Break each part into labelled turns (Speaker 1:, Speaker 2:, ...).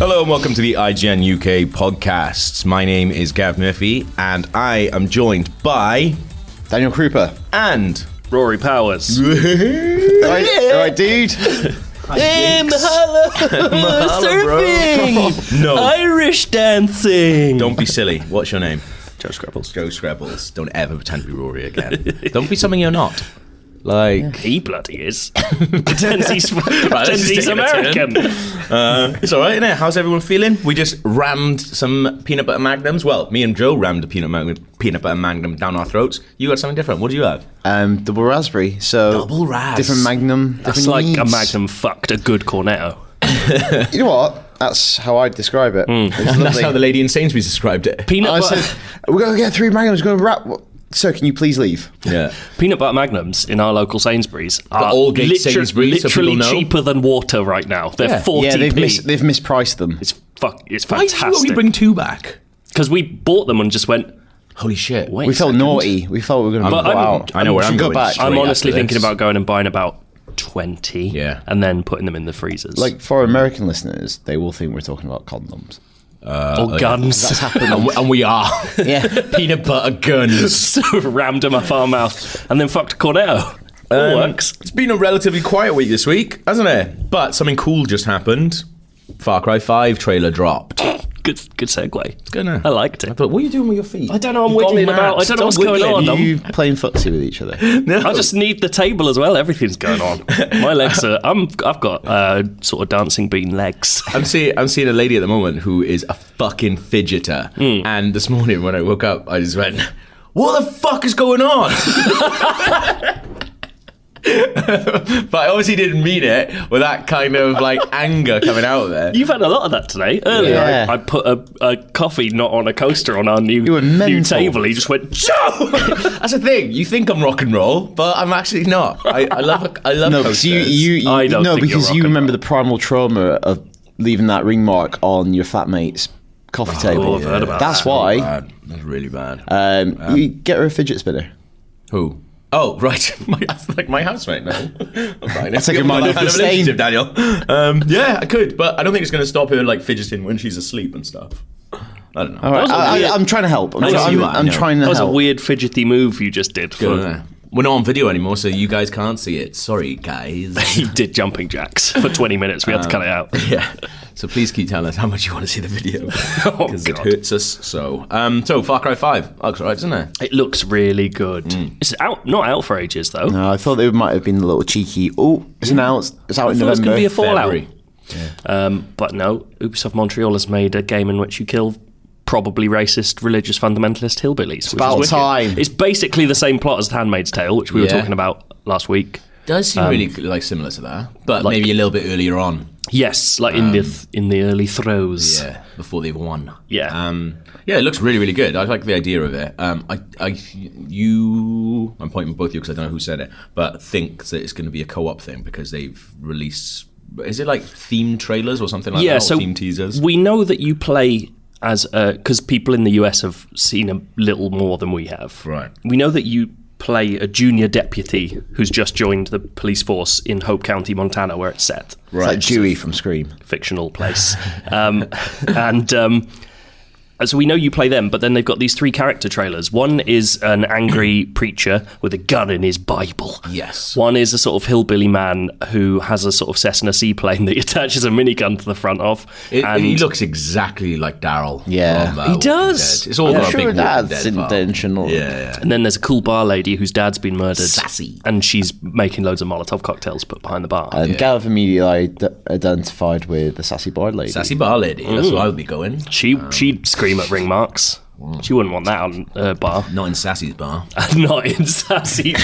Speaker 1: Hello and welcome to the IGN UK podcasts. My name is Gav Murphy and I am joined by
Speaker 2: Daniel Krupa.
Speaker 1: and
Speaker 3: Rory Powers.
Speaker 2: All right, all right dude.
Speaker 4: Hey, Mahala, surfing,
Speaker 1: no.
Speaker 4: Irish dancing.
Speaker 1: Don't be silly. What's your name?
Speaker 3: Joe Scrabbles.
Speaker 1: Joe Scrabbles. Don't ever pretend to be Rory again. Don't be something you're not. Like
Speaker 3: He bloody is. Pretends he's, pretends
Speaker 1: is
Speaker 3: he's
Speaker 1: taking a
Speaker 3: American.
Speaker 1: uh, it's all right, innit? How's everyone feeling? We just rammed some peanut butter magnums. Well, me and Joe rammed a peanut magnum, peanut butter magnum down our throats. You got something different. What do you have?
Speaker 2: Um, double raspberry. So
Speaker 1: Double ras.
Speaker 2: Different magnum.
Speaker 3: That's
Speaker 2: different
Speaker 3: like a
Speaker 2: needs.
Speaker 3: Magnum fucked a good cornetto.
Speaker 2: You know what? That's how I describe it. It's
Speaker 1: That's
Speaker 2: lovely.
Speaker 1: how the lady in Sainsbury's described it.
Speaker 3: Peanut
Speaker 2: I
Speaker 3: butter,
Speaker 2: said, we're going to get three magnums. We're going to wrap. what- Sir, can you please leave?
Speaker 1: Yeah.
Speaker 3: peanut butter magnums in our local Sainsbury's are
Speaker 1: Aldgate
Speaker 3: literally,
Speaker 1: Sainsbury's, so
Speaker 3: literally
Speaker 1: people know.
Speaker 3: cheaper than water right now. They're
Speaker 1: Yeah.
Speaker 3: 40p.
Speaker 2: Yeah, they've mis- they've mispriced them.
Speaker 3: it's, fuck, it's
Speaker 1: Why did you only
Speaker 3: fantastic.
Speaker 1: bring two back?
Speaker 3: Because we bought them and just went,
Speaker 1: Holy shit.
Speaker 3: wait.
Speaker 2: We
Speaker 3: a
Speaker 2: felt
Speaker 3: second.
Speaker 2: naughty. We felt we were going to
Speaker 3: But
Speaker 2: go
Speaker 3: I'm-
Speaker 2: out.
Speaker 1: I know where I'm
Speaker 2: Should go
Speaker 1: going.
Speaker 2: back.
Speaker 1: straight
Speaker 3: I'm
Speaker 1: after
Speaker 3: honestly thinking
Speaker 1: this.
Speaker 3: about going and buying about 20
Speaker 1: Yeah.
Speaker 3: and then putting them in the freezers.
Speaker 2: Like for American listeners, they will think we're talking about condoms.
Speaker 3: or guns.
Speaker 1: and, we, and we are.
Speaker 2: Yeah.
Speaker 1: Peanut butter guns.
Speaker 3: so rammed them up our mouth and then fucked a cornetto.
Speaker 2: Um,
Speaker 3: All works.
Speaker 1: It's been a relatively quiet week this week, hasn't it? But something cool just happened. Far Cry 5 trailer dropped.
Speaker 3: Good, good segue.
Speaker 1: Gonna-
Speaker 3: I liked it.
Speaker 1: But what are you doing with your feet?
Speaker 3: I don't know, I'm wiggling about. I don't know what's going on.
Speaker 2: Are
Speaker 3: I'm-
Speaker 2: you playing footsie with each other?
Speaker 3: I just need the table as well. Everything's going on. My legs are. I'm. I've got uh, sort of dancing bean legs.
Speaker 1: I'm seeing I'm seeing a lady at the moment who is a fucking fidgeter. And this morning when I woke up, I just went, "What the fuck is going on?" but I obviously didn't mean it with that kind of like anger coming out of there.
Speaker 3: You've had a lot of that today. Earlier,
Speaker 2: Yeah.
Speaker 3: I, I put a, a coffee not on a coaster on our new
Speaker 2: were
Speaker 3: new
Speaker 2: mental.
Speaker 3: table. He just went Joe.
Speaker 1: That's the thing. You think I'm rock and roll, but I'm actually not. I, I love I love
Speaker 2: No, because
Speaker 1: coasters.
Speaker 2: you, you, you
Speaker 3: I don't
Speaker 2: no,
Speaker 3: think
Speaker 2: because
Speaker 3: you're
Speaker 2: you
Speaker 3: rocking
Speaker 2: remember the primal trauma of leaving that ring mark on your fat mate's coffee table.
Speaker 3: Oh, I've heard about
Speaker 2: That's
Speaker 3: that.
Speaker 1: Really
Speaker 2: why
Speaker 1: bad. That's really bad.
Speaker 2: um, you get her a fidget spinner.
Speaker 1: Who? Oh right, my, that's like my housemate now. That's
Speaker 2: like your mind off the stain.
Speaker 1: Daniel. Um, yeah, I could, but I don't think it's going to stop her like fidgeting when she's asleep and stuff. I don't know.
Speaker 2: All right,
Speaker 3: was a
Speaker 2: I,
Speaker 3: weird-
Speaker 2: I, I'm trying to help. I'm,
Speaker 1: Thanks,
Speaker 2: trying-
Speaker 1: you
Speaker 2: I'm-
Speaker 1: are,
Speaker 2: I'm
Speaker 1: no.
Speaker 2: trying to
Speaker 3: That was a
Speaker 2: help.
Speaker 3: weird fidgety move you just did.
Speaker 1: I
Speaker 3: For,
Speaker 1: don't know. We're not on video anymore, so you guys can't see it. Sorry, guys.
Speaker 3: He did jumping jacks for 20 minutes. We had
Speaker 2: Uh,
Speaker 3: to cut it out.
Speaker 1: yeah. So please keep telling us how much you want to see the video
Speaker 3: Oh,
Speaker 1: because it
Speaker 3: God.
Speaker 1: hurts us so. Um, so Far Cry Five looks alright, doesn't it?
Speaker 3: It looks really good. It's out, not out for ages though.
Speaker 2: Mm. No, I thought they might have been a little cheeky. Oh, it's announced. It's out in
Speaker 3: I thought it was
Speaker 2: November.
Speaker 3: going to be a Fallout.
Speaker 1: February.
Speaker 3: Um, but no, Ubisoft Montreal has made a game in which you kill probably racist, religious, fundamentalist hillbillies. It's
Speaker 2: about time.
Speaker 3: It's basically the same plot as The Handmaid's Tale, which we
Speaker 1: Yeah.
Speaker 3: were talking about last week.
Speaker 1: Does seem really like similar to that, but maybe a little bit earlier on.
Speaker 3: Yes, like in the th- in the early throes.
Speaker 1: Um, Yeah, before they've won.
Speaker 3: Yeah.
Speaker 1: Um, yeah, it looks really, really good. I like the idea of it. Um, I, I, you, I'm pointing both of you because I don't know who said it, but think that it's going to be a co-op thing because they've released. Is it like theme trailers or something like
Speaker 3: yeah.
Speaker 1: that? or
Speaker 3: So
Speaker 1: theme teasers.
Speaker 3: we know that you play as because people in the US have seen a little more than we have.
Speaker 1: Right.
Speaker 3: We know that you play a junior deputy who's just joined the police force in Hope County, Montana, where it's set.
Speaker 2: It's like Dewey from Scream.
Speaker 3: fictional place. um, and um, so we know you play them, but then they've got these three character trailers. One is an angry preacher with a gun in his Bible.
Speaker 1: Yes.
Speaker 3: One is a sort of hillbilly man who has a sort of Cessna seaplane that he attaches a minigun to the front of.
Speaker 1: It,
Speaker 3: and
Speaker 1: he looks exactly like Daryl.
Speaker 2: Yeah.
Speaker 1: from, uh,
Speaker 3: He
Speaker 1: Walking
Speaker 3: does.
Speaker 1: Dead. It's all
Speaker 2: I'm
Speaker 1: got a
Speaker 2: sure
Speaker 1: big
Speaker 2: that's
Speaker 1: Walking Dead vibe.
Speaker 2: intentional.
Speaker 1: Yeah, yeah.
Speaker 3: and then there's a cool bar lady whose dad's been murdered.
Speaker 1: Sassy.
Speaker 3: And she's making loads of Molotov cocktails put behind the bar.
Speaker 2: Um, Gav immediately id- identified with the sassy bar lady.
Speaker 1: Sassy bar lady. That's where I would be going.
Speaker 3: she, she'd scream at ring marks.
Speaker 1: um,
Speaker 3: She wouldn't want that on her bar.
Speaker 1: Not in Sassy's bar.
Speaker 3: Not in Sassy Bar.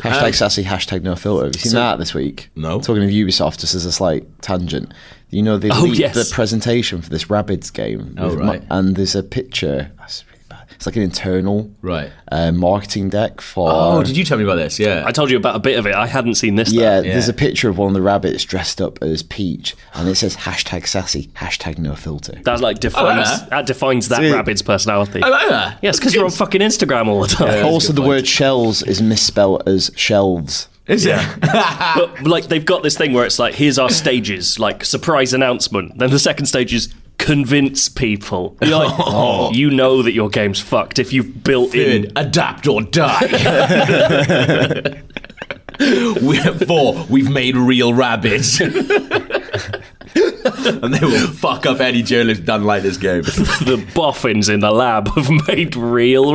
Speaker 2: Hashtag sassy, hashtag no filter. Have you seen that this week?
Speaker 1: No.
Speaker 2: Talking of Ubisoft, just as a slight tangent, you know, they leaked
Speaker 3: yes.
Speaker 2: the presentation for this Rabbids game.
Speaker 1: Oh,
Speaker 2: with
Speaker 1: right.
Speaker 2: mu- and there's a picture. That's really bad. It's like an internal
Speaker 1: Right.
Speaker 2: uh, marketing deck for.
Speaker 1: Oh, did you tell me about this? Yeah.
Speaker 3: I told you about a bit of it. I hadn't seen this. though.
Speaker 2: yeah,
Speaker 1: yeah.
Speaker 2: there's a picture of one of the rabbits dressed up as Peach, and it says hashtag sassy, hashtag no filter.
Speaker 3: That like
Speaker 1: Oh,
Speaker 3: defines
Speaker 1: that.
Speaker 3: that. defines that
Speaker 2: See?
Speaker 3: rabbit's personality.
Speaker 1: I like that.
Speaker 3: yes, because you're on fucking Instagram all the time.
Speaker 2: also, the word shells is misspelled as shelves.
Speaker 1: Is it?
Speaker 3: but like they've got this thing where it's like, here's our stages, like surprise announcement. Then the second stage is convince people. You're like, "Oh, you know that your game's fucked if you've built in.
Speaker 1: Adapt or die. we, four, we've made real rabbits. and they will fuck up any journalist done like this game.
Speaker 3: The boffins in the lab have made real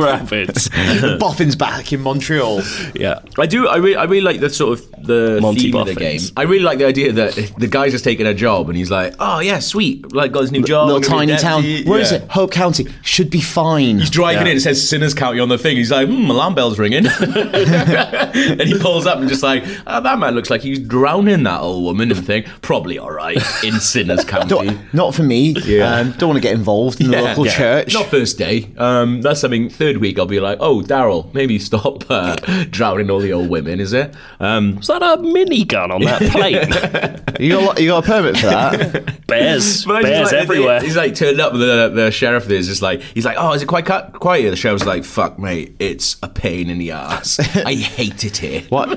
Speaker 3: rabbits.
Speaker 5: The boffin's back in Montreal.
Speaker 3: yeah.
Speaker 1: I do. I really, I really like the sort of the
Speaker 3: Monty
Speaker 1: theme of the game.
Speaker 3: Buffins.
Speaker 1: I really like the idea that if the guy's just taking a job and he's like, "Oh yeah, sweet, like got this new job,
Speaker 2: Little
Speaker 1: gonna be
Speaker 2: tiny
Speaker 1: a
Speaker 2: town.
Speaker 1: deputy."
Speaker 2: Where is
Speaker 1: Yeah.
Speaker 2: it? Hope County. Should be fine.
Speaker 1: He's driving in, it says Sinners County on the thing. He's like, hmm, alarm bell's ringing. and he pulls up and just like, oh, that man looks like he's drowning that old woman and thing. Probably all right in Sinners County.
Speaker 2: Don't- not for me. Um, don't want to get involved in the
Speaker 1: Yeah,
Speaker 2: local
Speaker 1: yeah.
Speaker 2: church.
Speaker 1: Not first day. Um, that's something. Third week, I'll be like, "Oh, Daryl, maybe stop uh, drowning all the old women." Is it? Um,
Speaker 3: Is that a minigun on that plate?
Speaker 2: You got you got a permit for that?
Speaker 3: bears.
Speaker 1: But I just
Speaker 3: Bears
Speaker 1: like the-
Speaker 3: everywhere.
Speaker 1: He's like turned up. The the sheriff is just like he's like, oh, is it quite cut, quiet here? The sheriff's like, fuck, mate, it's a pain in the ass. I hate it here.
Speaker 2: what?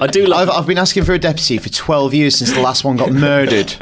Speaker 3: I do love
Speaker 2: I've, I've been asking for a deputy for twelve years since the last one got murdered.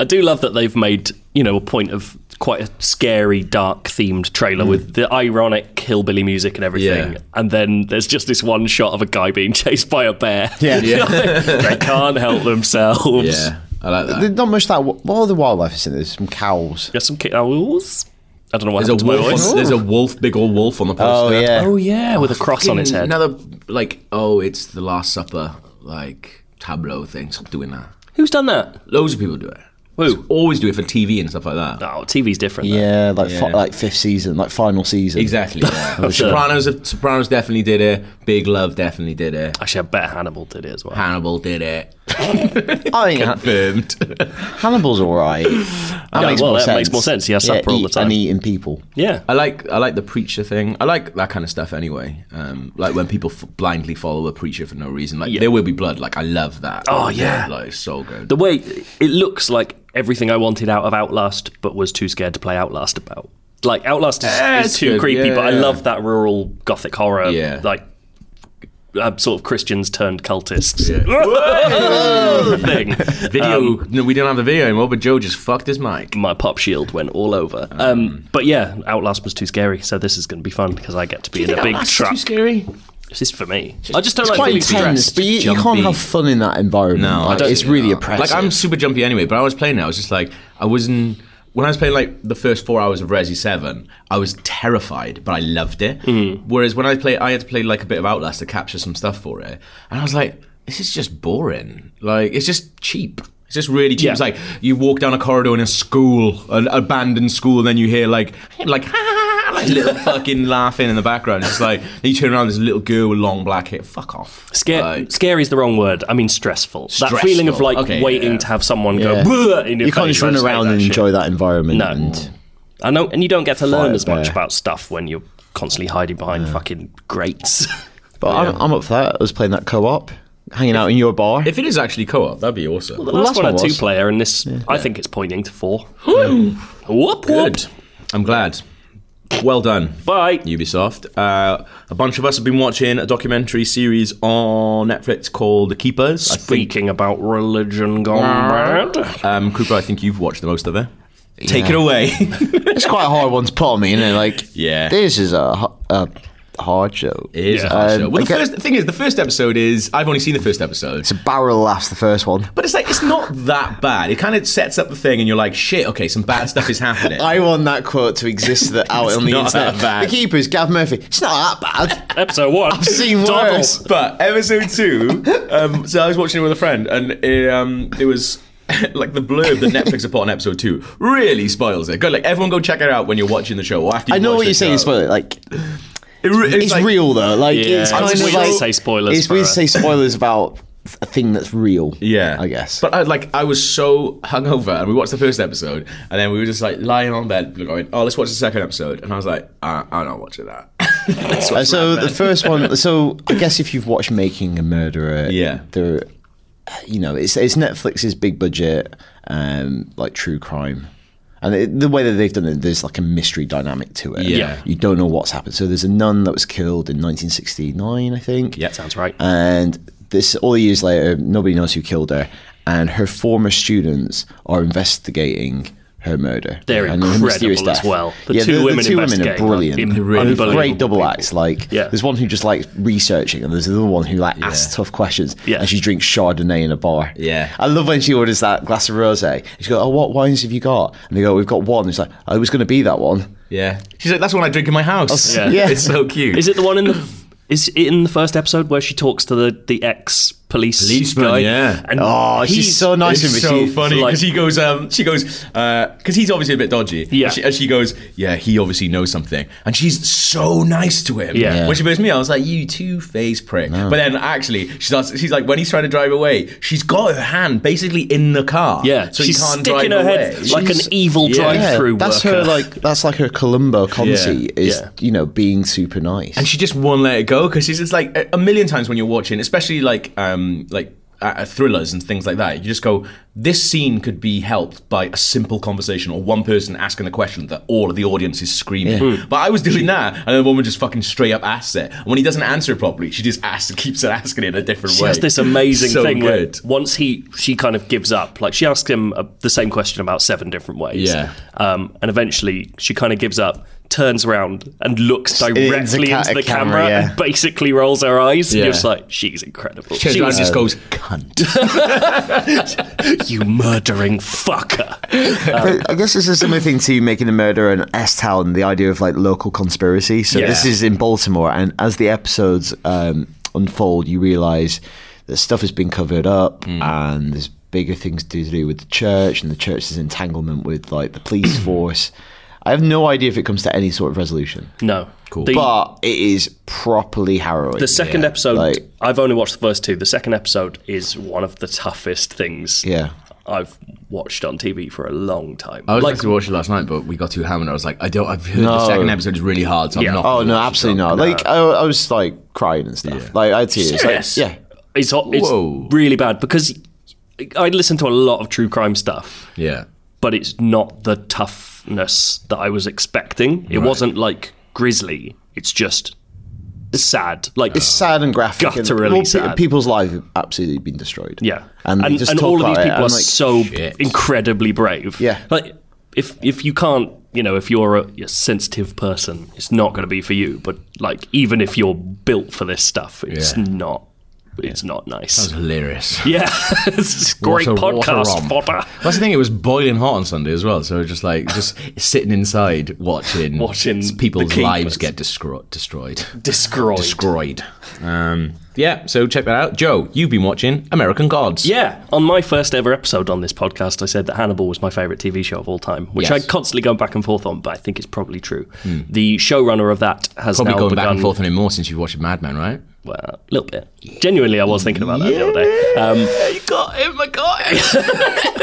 Speaker 3: I do love that they've made you know a point of quite a scary, dark themed trailer with the ironic hillbilly music and everything,
Speaker 1: Hmm. Yeah.
Speaker 3: and then there's just this one shot of a guy being chased by a bear.
Speaker 2: Yeah.
Speaker 3: they can't help themselves.
Speaker 1: Yeah, I like that.
Speaker 2: There's not much that. What are the wildlife is in there? There's some cows.
Speaker 3: Got some cows. I don't know what
Speaker 1: There's a
Speaker 3: happened to my
Speaker 1: wolf.
Speaker 3: voice.
Speaker 1: On, there's a wolf, big old wolf on the
Speaker 2: Oh
Speaker 1: poster.
Speaker 2: yeah.
Speaker 3: Oh yeah, with a cross on its head.
Speaker 1: Another like, oh, it's the Last Supper like tableau thing. Stop doing that.
Speaker 3: Who's done that?
Speaker 1: Loads of people do it.
Speaker 3: Who?
Speaker 1: Always do it for TV and stuff like that.
Speaker 3: Oh, TV's different. though.
Speaker 2: Yeah, like fi- like fifth season, like final season.
Speaker 1: Exactly. yeah. Oh, Sopranos, Sopranos definitely did it. Big Love definitely did it.
Speaker 3: Actually, I bet Hannibal did it as well.
Speaker 1: Hannibal did it.
Speaker 2: I think Han-
Speaker 1: Confirmed.
Speaker 2: Hannibal's all right. That makes
Speaker 3: well,
Speaker 2: more
Speaker 3: that
Speaker 2: sense.
Speaker 3: makes more sense. He has supper all the
Speaker 2: eat-
Speaker 3: time.
Speaker 2: And eating people.
Speaker 3: yeah.
Speaker 1: I like I like the preacher thing. I like that kind of stuff anyway. Um, like when people f- blindly follow a preacher for no reason. Like there will be blood. Like I love that.
Speaker 3: Oh, yeah.
Speaker 1: like it's so good.
Speaker 3: The way it looks like everything I wanted out of Outlast, but was too scared to play Outlast about. Like Outlast is,
Speaker 1: Yeah,
Speaker 3: is
Speaker 1: it's
Speaker 3: too
Speaker 1: good,
Speaker 3: creepy, but I
Speaker 1: yeah.
Speaker 3: love that rural gothic horror.
Speaker 1: Yeah.
Speaker 3: like uh, sort of Christians turned cultists
Speaker 1: Yeah.
Speaker 3: thing.
Speaker 1: video. no, we don't have the video anymore. But Joe just fucked his mic.
Speaker 3: My pop shield went all over. Um, but yeah, Outlast was too scary, so this is going to be fun because I get to be in a big truck.
Speaker 1: scary.
Speaker 3: This is for me. I just don't
Speaker 2: It's
Speaker 3: like
Speaker 2: quite
Speaker 3: feeling
Speaker 2: intense,
Speaker 3: stressed.
Speaker 2: but you, you can't
Speaker 1: jumpy.
Speaker 2: have fun in that environment.
Speaker 1: No,
Speaker 2: Like,
Speaker 1: I don't
Speaker 2: it's
Speaker 1: think-
Speaker 2: really
Speaker 1: no.
Speaker 2: oppressive.
Speaker 1: Like I'm super jumpy anyway, but I was playing it. I was just like, I wasn't. When I was playing like the first four hours of Resi Seven, I was terrified, but I loved it. Whereas when I play, I had to play like a bit of Outlast to capture some stuff for it, and I was like, this is just boring. Like it's just cheap. It's just really cheap.
Speaker 3: Yeah.
Speaker 1: It's like you walk down a corridor in a school, an abandoned school, and then you hear like like. Like little fucking laughing in the background. It's just like you turn around, there's a little girl with long black hair. Fuck off.
Speaker 3: Scare,
Speaker 1: Like-
Speaker 3: scary is the wrong word. I mean stressful. That
Speaker 1: Stressful.
Speaker 3: feeling of like
Speaker 1: Okay, yeah,
Speaker 3: waiting
Speaker 1: yeah.
Speaker 3: to have someone
Speaker 2: Yeah.
Speaker 3: go "Bleh" in your
Speaker 2: you can't
Speaker 3: face.
Speaker 2: just
Speaker 3: I
Speaker 2: run
Speaker 3: hate
Speaker 2: around
Speaker 3: that
Speaker 2: and
Speaker 3: shit.
Speaker 2: enjoy that environment.
Speaker 3: No.
Speaker 2: And
Speaker 3: I know, and you don't get to learn
Speaker 2: Fire
Speaker 3: as much
Speaker 2: bear.
Speaker 3: about stuff when you're constantly hiding behind fucking grates.
Speaker 2: But I'm, I'm up for that. I was playing that co-op, hanging out in your bar.
Speaker 1: If it is actually co-op, that'd be awesome.
Speaker 3: The last
Speaker 2: last
Speaker 3: one
Speaker 2: one
Speaker 3: had two
Speaker 2: was.
Speaker 3: player, and this I think it's pointing to four. whoop whoop.
Speaker 1: Good. I'm glad. Well done.
Speaker 3: Bye.
Speaker 1: Ubisoft. Uh, a bunch of us have been watching a documentary series on Netflix called The Keepers. I think,
Speaker 3: Speaking about religion gone bad.
Speaker 1: um, Cooper, I think you've watched the most of it. Take it away.
Speaker 2: it's quite a hard one to put on me, you know. Like,
Speaker 1: Yeah.
Speaker 2: this is a, hu- a hard show.
Speaker 1: It is a
Speaker 3: Yeah.
Speaker 1: hard
Speaker 2: Um,
Speaker 1: show. Well, the
Speaker 2: I get-
Speaker 1: first the thing is, the first episode is I've only seen the first episode.
Speaker 2: It's a barrel of laughs. The first one.
Speaker 1: But it's like it's not that bad. It kind of sets up the thing, and you're like, "Shit, okay, some bad stuff is happening."
Speaker 2: I want that quote to exist that out on the
Speaker 1: not
Speaker 2: internet.
Speaker 1: that bad.
Speaker 2: The keepers, Gav Murphy. It's not that bad.
Speaker 3: Episode one. I've
Speaker 2: seen worse.
Speaker 1: But episode two, um, so I was watching it with a friend, and it, um, it was like the blurb that Netflix had put on episode two really spoils it. Go, like everyone, go check it out when you're watching the show or after.
Speaker 2: I
Speaker 1: you've
Speaker 2: know
Speaker 1: watched
Speaker 2: what
Speaker 1: the
Speaker 2: you're saying.
Speaker 1: show.
Speaker 2: Spoiler. Like,
Speaker 1: It re-
Speaker 2: it's,
Speaker 1: like-
Speaker 2: real though. Like, it's
Speaker 3: Yeah.
Speaker 2: kind
Speaker 3: It's
Speaker 2: of
Speaker 3: weird
Speaker 2: like
Speaker 3: to say spoilers
Speaker 2: It's
Speaker 3: for
Speaker 2: weird
Speaker 3: a-
Speaker 2: to say spoilers about a thing that's real.
Speaker 1: Yeah,
Speaker 2: I guess.
Speaker 1: But I, like, I was so hungover, and we watched the first episode, and then we were just like lying on bed, going, "Oh, let's watch the second episode." And I was like, uh, "I'm not watching that." Let's
Speaker 2: Uh,
Speaker 1: watch
Speaker 2: so
Speaker 1: that
Speaker 2: the
Speaker 1: then.
Speaker 2: first one. So I guess if you've watched Making a Murderer,
Speaker 1: Yeah.
Speaker 2: there, uh, you know, it's it's Netflix's big budget, um, like true crime. And it, the way that they've done it, there's like a mystery dynamic to it.
Speaker 1: Yeah.
Speaker 2: You don't know what's happened. So there's a nun that was killed in 1969, I think.
Speaker 1: Yeah.
Speaker 3: Sounds right.
Speaker 2: And This all the years later, nobody knows who killed her, and her former students are investigating her murder.
Speaker 3: They're
Speaker 2: and her mysterious
Speaker 3: incredible as
Speaker 2: death.
Speaker 3: well. The
Speaker 2: yeah,
Speaker 3: two
Speaker 2: the,
Speaker 3: women
Speaker 2: the two women are
Speaker 3: investigating are
Speaker 2: brilliant.
Speaker 3: im-
Speaker 2: And
Speaker 3: unbelievable
Speaker 2: great double
Speaker 3: people.
Speaker 2: acts. Like,
Speaker 3: Yeah.
Speaker 2: there's one who just likes researching, and there's another one who like asks tough questions.
Speaker 3: Yeah.
Speaker 2: and she drinks Chardonnay in a bar.
Speaker 1: Yeah.
Speaker 2: I love when she orders that glass of rosé. She goes, "Oh, what wines have you got?" And they go, "We've got one." It's like, "I was going to be that one."
Speaker 1: Yeah. She's like, that's what I drink in my house.
Speaker 3: Yeah.
Speaker 2: Yeah.
Speaker 1: It's so cute.
Speaker 3: Is it the one in the is it in the first episode where she talks to the the ex police
Speaker 1: Policeman,
Speaker 3: guy?
Speaker 1: yeah.
Speaker 3: And
Speaker 2: Oh, she's
Speaker 3: he's-
Speaker 2: so nice
Speaker 1: It's
Speaker 2: and
Speaker 1: so
Speaker 2: she-
Speaker 1: funny
Speaker 3: like-
Speaker 1: because he goes, um, she goes, because he's obviously a bit dodgy.
Speaker 3: Yeah.
Speaker 1: And she, and she goes, yeah, he obviously knows something, and she's so nice to him.
Speaker 3: Yeah. Yeah.
Speaker 1: When she first me, I was like, you two faced prick. But then actually, she starts. She's like, when he's trying to drive away, she's got her hand basically in the car.
Speaker 3: Yeah,
Speaker 1: So
Speaker 3: she's
Speaker 1: he can't drive
Speaker 3: sticking her
Speaker 1: away.
Speaker 3: head like
Speaker 2: She's-
Speaker 3: an evil
Speaker 1: Yeah.
Speaker 3: drive-through
Speaker 2: that's
Speaker 3: worker.
Speaker 2: her like that's like her Columbo Conti
Speaker 1: Yeah,
Speaker 2: is
Speaker 3: yeah.
Speaker 2: you know being super nice.
Speaker 1: and she just won't let it go because it's, it's like a, a million times when you're watching, especially like um like uh, thrillers and things like that. You just go, this scene could be helped by a simple conversation or one person asking the question that all of the audience is screaming. But I was doing that, and the woman just fucking straight up asks it. And when he doesn't answer it properly, she just asks, keeps on asking it in a different
Speaker 3: she
Speaker 1: way.
Speaker 3: has this amazing
Speaker 1: so
Speaker 3: thing where
Speaker 1: good.
Speaker 3: once he she kind of gives up like she asks him uh, the same question about seven different ways
Speaker 1: Yeah.
Speaker 3: um, and eventually she kind of gives up turns around and looks directly
Speaker 2: into
Speaker 3: into,
Speaker 2: ca-
Speaker 3: the
Speaker 2: a camera,
Speaker 3: camera,
Speaker 2: yeah.
Speaker 3: and basically rolls her eyes and
Speaker 1: Yeah.
Speaker 3: you're just like she's incredible
Speaker 1: She
Speaker 3: She was-
Speaker 1: just goes, cunt.
Speaker 3: you murdering fucker
Speaker 2: But I guess this is similar thing to making a murder in S Town, the idea of like local conspiracy. So
Speaker 3: Yeah.
Speaker 2: this is in Baltimore, and as the episodes um, unfold, you realize that stuff has been covered up,
Speaker 3: Hmm.
Speaker 2: and there's bigger things to do with the church, and the church's entanglement with like the police force. I have no idea if it comes to any sort of resolution,
Speaker 3: no cool the,
Speaker 2: but it is properly harrowing.
Speaker 3: the second episode
Speaker 2: like-
Speaker 3: I've only watched the first two the second episode is one of the toughest things
Speaker 2: Yeah.
Speaker 3: I've watched on TV for a long time
Speaker 1: I was
Speaker 3: like
Speaker 1: like to watch it last night, but we got too hammered. I was like, I don't. I've heard
Speaker 2: No.
Speaker 1: the second episode is really hard, so
Speaker 3: Yeah.
Speaker 1: I'm not.
Speaker 2: Oh
Speaker 1: gonna
Speaker 2: no,
Speaker 1: watch it.
Speaker 2: absolutely not. Like I, I was like crying and stuff. Like I had tears. Like,
Speaker 3: Serious?
Speaker 2: yeah.
Speaker 3: It's, it's
Speaker 1: Whoa.
Speaker 3: really bad because I listen to a lot of true crime stuff,
Speaker 1: Yeah.
Speaker 3: but it's not the toughness that I was expecting. It wasn't like grisly. It's just sad. Like
Speaker 2: It's sad and graphic. and-
Speaker 3: Gutturally
Speaker 2: well, pe-
Speaker 3: sad.
Speaker 2: people's lives have absolutely been destroyed.
Speaker 3: yeah,
Speaker 2: and, they
Speaker 3: and,
Speaker 2: just
Speaker 3: and
Speaker 2: talk
Speaker 3: all of
Speaker 2: about
Speaker 3: these
Speaker 2: it,
Speaker 3: people
Speaker 2: and
Speaker 3: are
Speaker 2: I'm like,
Speaker 3: so
Speaker 1: shit.
Speaker 3: incredibly brave.
Speaker 2: Yeah.
Speaker 3: like if if you can't. You know, if you're a, a sensitive person, it's not going to be for you. But like, even if you're built for this stuff, it's
Speaker 1: Yeah.
Speaker 3: not. It's not nice.
Speaker 1: Hilarious.
Speaker 3: Yeah, it's great
Speaker 1: What a- what a
Speaker 3: podcast
Speaker 1: romp.
Speaker 3: fodder.
Speaker 1: That's the thing. It was boiling hot on Sunday as well. So just like just sitting inside watching
Speaker 3: Watching
Speaker 1: s- people's
Speaker 3: the
Speaker 1: lives
Speaker 3: Keepers.
Speaker 1: get descro- destroyed.
Speaker 3: Destroyed.
Speaker 1: Destroyed. Um, yeah. So check that out, Joe. You've been watching American Gods.
Speaker 3: Yeah, on my first ever episode on this podcast, I said that Hannibal was my favourite TV show of all time, which
Speaker 1: Yes.
Speaker 3: I constantly go back and forth on, but I think it's probably true. The showrunner of that has
Speaker 1: Probably
Speaker 3: now
Speaker 1: going
Speaker 3: begun,
Speaker 1: back and forth on it more since you've watched Mad Men, right?
Speaker 3: Well, a little bit. Genuinely, I was thinking about that the other day. Um,
Speaker 1: You got him. I got him.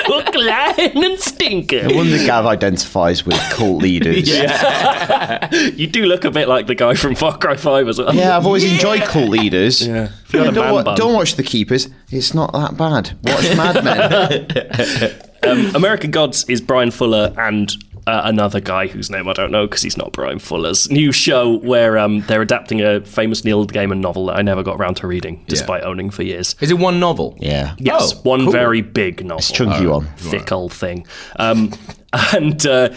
Speaker 3: Hook, line, and stinker.
Speaker 2: No wonder Gav identifies with cult leaders. yeah.
Speaker 3: You do look a bit like the guy from Far Cry 5 as well.
Speaker 2: I've always enjoyed cult leaders. Yeah.
Speaker 3: You're a man
Speaker 2: don't, wa-
Speaker 3: bun.
Speaker 2: don't watch The Keepers. It's not that bad. Watch Mad Men.
Speaker 3: American Gods is Brian Fuller and uh, another guy whose name I don't know because he's not Brian Fuller's new show where um, they're adapting a famous Neil Gaiman novel that I never got around to reading despite owning for years.
Speaker 1: Is it one novel?
Speaker 2: yeah.
Speaker 3: Yes,
Speaker 1: Oh,
Speaker 3: one very big novel. Oh,
Speaker 2: Chunky one.
Speaker 3: thick old thing. Um, and uh,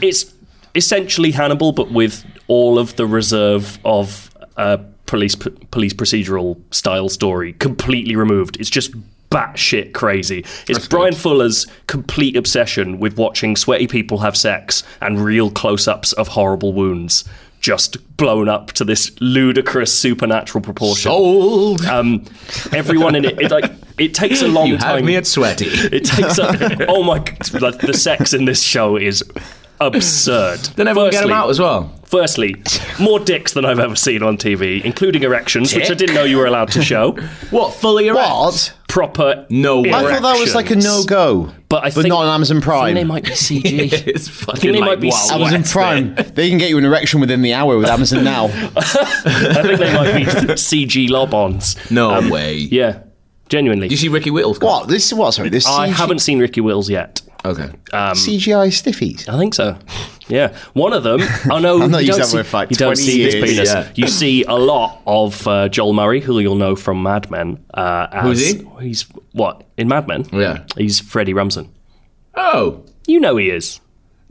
Speaker 3: it's essentially Hannibal, but with all of the reserve of uh, police police procedural style story completely removed. It's just batshit crazy. It's Brian Fuller's complete obsession with watching sweaty people have sex and real close-ups of horrible wounds. Just blown up to this ludicrous supernatural proportion.
Speaker 1: Old.
Speaker 3: Um, everyone in it, it like it takes a long
Speaker 1: you
Speaker 3: time.
Speaker 1: had me at sweaty.
Speaker 3: It takes up. oh my! g- Like the sex in this show is absurd.
Speaker 1: Then everyone get him
Speaker 3: Firstly-
Speaker 1: out as well.
Speaker 3: Firstly, more dicks than I've ever seen on TV, including erections, which I didn't know you were allowed to show.
Speaker 1: What fully erect?
Speaker 2: What?
Speaker 3: Proper.
Speaker 1: No way.
Speaker 2: I thought that was like a no
Speaker 3: erections.
Speaker 2: go.
Speaker 3: But I think-
Speaker 2: not on Amazon Prime.
Speaker 3: They might be CG.
Speaker 1: It's fucking
Speaker 3: they
Speaker 1: like,
Speaker 3: might be
Speaker 1: wow.
Speaker 2: Amazon Prime. They can get you an erection within the hour with Amazon now.
Speaker 3: I think they might be CG lob-ons.
Speaker 1: No way.
Speaker 3: Yeah, genuinely.
Speaker 1: You see Ricky Whittle's
Speaker 2: What? This is what? Sorry. This
Speaker 3: I
Speaker 2: CG
Speaker 3: haven't seen Ricky Wills yet.
Speaker 1: Okay.
Speaker 2: CGI stiffies.
Speaker 3: I think so. Yeah, one of them. Oh no,
Speaker 5: I've not
Speaker 3: you
Speaker 5: used
Speaker 3: don't
Speaker 5: that
Speaker 3: see,
Speaker 5: word for like
Speaker 3: you don't
Speaker 5: 20
Speaker 3: see his
Speaker 5: years.
Speaker 3: penis.
Speaker 1: Yeah.
Speaker 3: You see a lot of uh, Joel Murray, who you'll know from Mad Men. Uh, as,
Speaker 1: Who's he?
Speaker 3: He's what in Mad Men?
Speaker 1: Yeah.
Speaker 3: he's Freddie Ramsden.
Speaker 1: Oh.
Speaker 3: You know he is.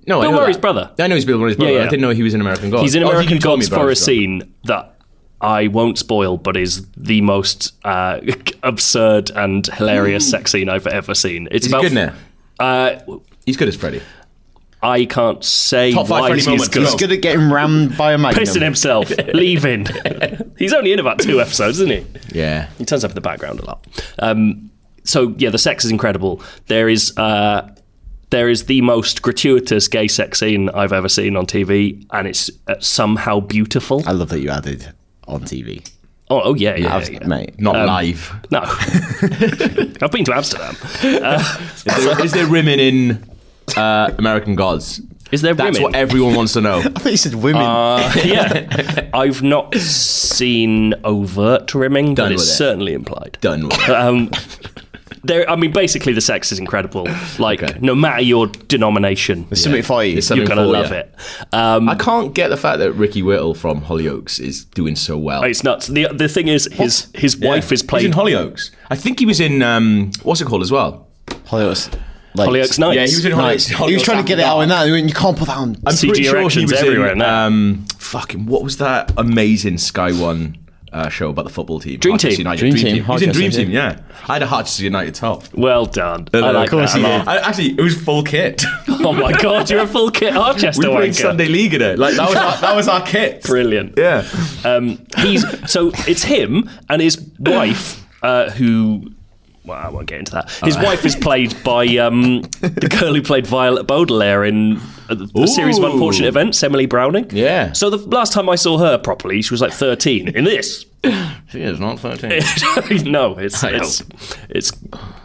Speaker 1: No, I
Speaker 3: Bill
Speaker 1: know
Speaker 3: Murray's
Speaker 1: that.
Speaker 3: brother.
Speaker 1: I know he's Bill Murray's brother.
Speaker 3: yeah.
Speaker 1: I didn't know he was in American Gods.
Speaker 3: He's in
Speaker 1: Oh, you
Speaker 3: American
Speaker 1: told me
Speaker 3: Gods
Speaker 1: about
Speaker 3: for a
Speaker 1: this, though.
Speaker 3: scene that I won't spoil, but is the most uh, absurd and hilarious sex scene I've ever seen. It's
Speaker 1: Is he
Speaker 3: about
Speaker 1: good in it?
Speaker 3: Uh,
Speaker 1: He's good as Freddy.
Speaker 3: I can't say
Speaker 1: Top five
Speaker 3: why
Speaker 1: Freddy
Speaker 3: he's
Speaker 1: moments,
Speaker 3: good.
Speaker 1: go.
Speaker 5: He's good at getting rammed by a magnum.
Speaker 3: pissing himself, leaving. He's only in about two episodes, isn't he?
Speaker 1: Yeah.
Speaker 3: He turns up in the background a lot. Um, so yeah, the sex is incredible. There is uh, there is the most gratuitous gay sex scene I've ever seen on TV, and it's uh, somehow beautiful.
Speaker 2: I love that you added on TV.
Speaker 3: Oh, oh yeah, yeah,
Speaker 2: I've-
Speaker 3: yeah.
Speaker 2: Mate,
Speaker 1: Not
Speaker 3: Um,
Speaker 1: live.
Speaker 3: No, I've been to Amsterdam.
Speaker 1: Is there, is there women in uh, American Gods?
Speaker 3: Is there
Speaker 1: That's
Speaker 3: women?
Speaker 1: what everyone wants to know.
Speaker 5: I thought you said women.
Speaker 3: Ah, yeah, I've not seen overt rimming,
Speaker 1: Done
Speaker 3: but it's
Speaker 1: with it.
Speaker 3: certainly implied.
Speaker 1: Done with it.
Speaker 3: um, there, I mean, basically, the sex is incredible. Like,
Speaker 1: Okay.
Speaker 3: no matter your denomination,
Speaker 5: There's something for you.
Speaker 1: It's
Speaker 3: you're
Speaker 1: something
Speaker 3: gonna
Speaker 1: for
Speaker 3: love
Speaker 1: ya.
Speaker 3: it. Um,
Speaker 1: I can't get the fact that Ricky Whittle from Hollyoaks is doing so well.
Speaker 3: it's nuts. the The thing is, his his
Speaker 1: Yeah.
Speaker 3: wife
Speaker 1: He's
Speaker 3: is
Speaker 1: in
Speaker 3: played
Speaker 1: Hollyoaks. I think he was in um, what's it called as well.
Speaker 2: Hollyoaks.
Speaker 3: Hollyoaks Nights.
Speaker 1: Yeah, he was in Hollyoaks.
Speaker 5: He was trying to get it out in that, and you can't put that on.
Speaker 1: I'm pretty
Speaker 3: CG
Speaker 1: sure he
Speaker 3: erections
Speaker 1: was
Speaker 3: everywhere
Speaker 1: in
Speaker 3: now.
Speaker 1: um, fucking what was that amazing Sky One uh, show about the football team?
Speaker 3: Dream
Speaker 1: Harchester
Speaker 3: Team.
Speaker 1: United.
Speaker 2: Dream
Speaker 1: Dream,
Speaker 2: Team,
Speaker 1: team. He was in
Speaker 2: Harchester,
Speaker 1: Dream
Speaker 2: yeah.
Speaker 1: Team. Yeah, I had a Harchester United top.
Speaker 3: well done. I
Speaker 1: Of
Speaker 3: like
Speaker 1: course
Speaker 3: that
Speaker 1: he
Speaker 3: a lot.
Speaker 1: did. I- actually, it was full kit.
Speaker 3: Oh my god, you're a full kit
Speaker 1: we
Speaker 3: Archester
Speaker 1: played
Speaker 3: wanker.
Speaker 1: Sunday League in it. Like that was our, that was our kit.
Speaker 3: Brilliant.
Speaker 1: Yeah.
Speaker 3: Um, he's so it's him and his wife uh, who. Well, I won't get into that. His wife is played by um, the girl who played Violet Baudelaire in a, a series of
Speaker 1: Ooh.
Speaker 3: unfortunate events, Emily Browning.
Speaker 1: Yeah.
Speaker 3: So the last time I saw her properly, she was like 13. In this,
Speaker 1: She is not 13.
Speaker 3: no, it's it's it's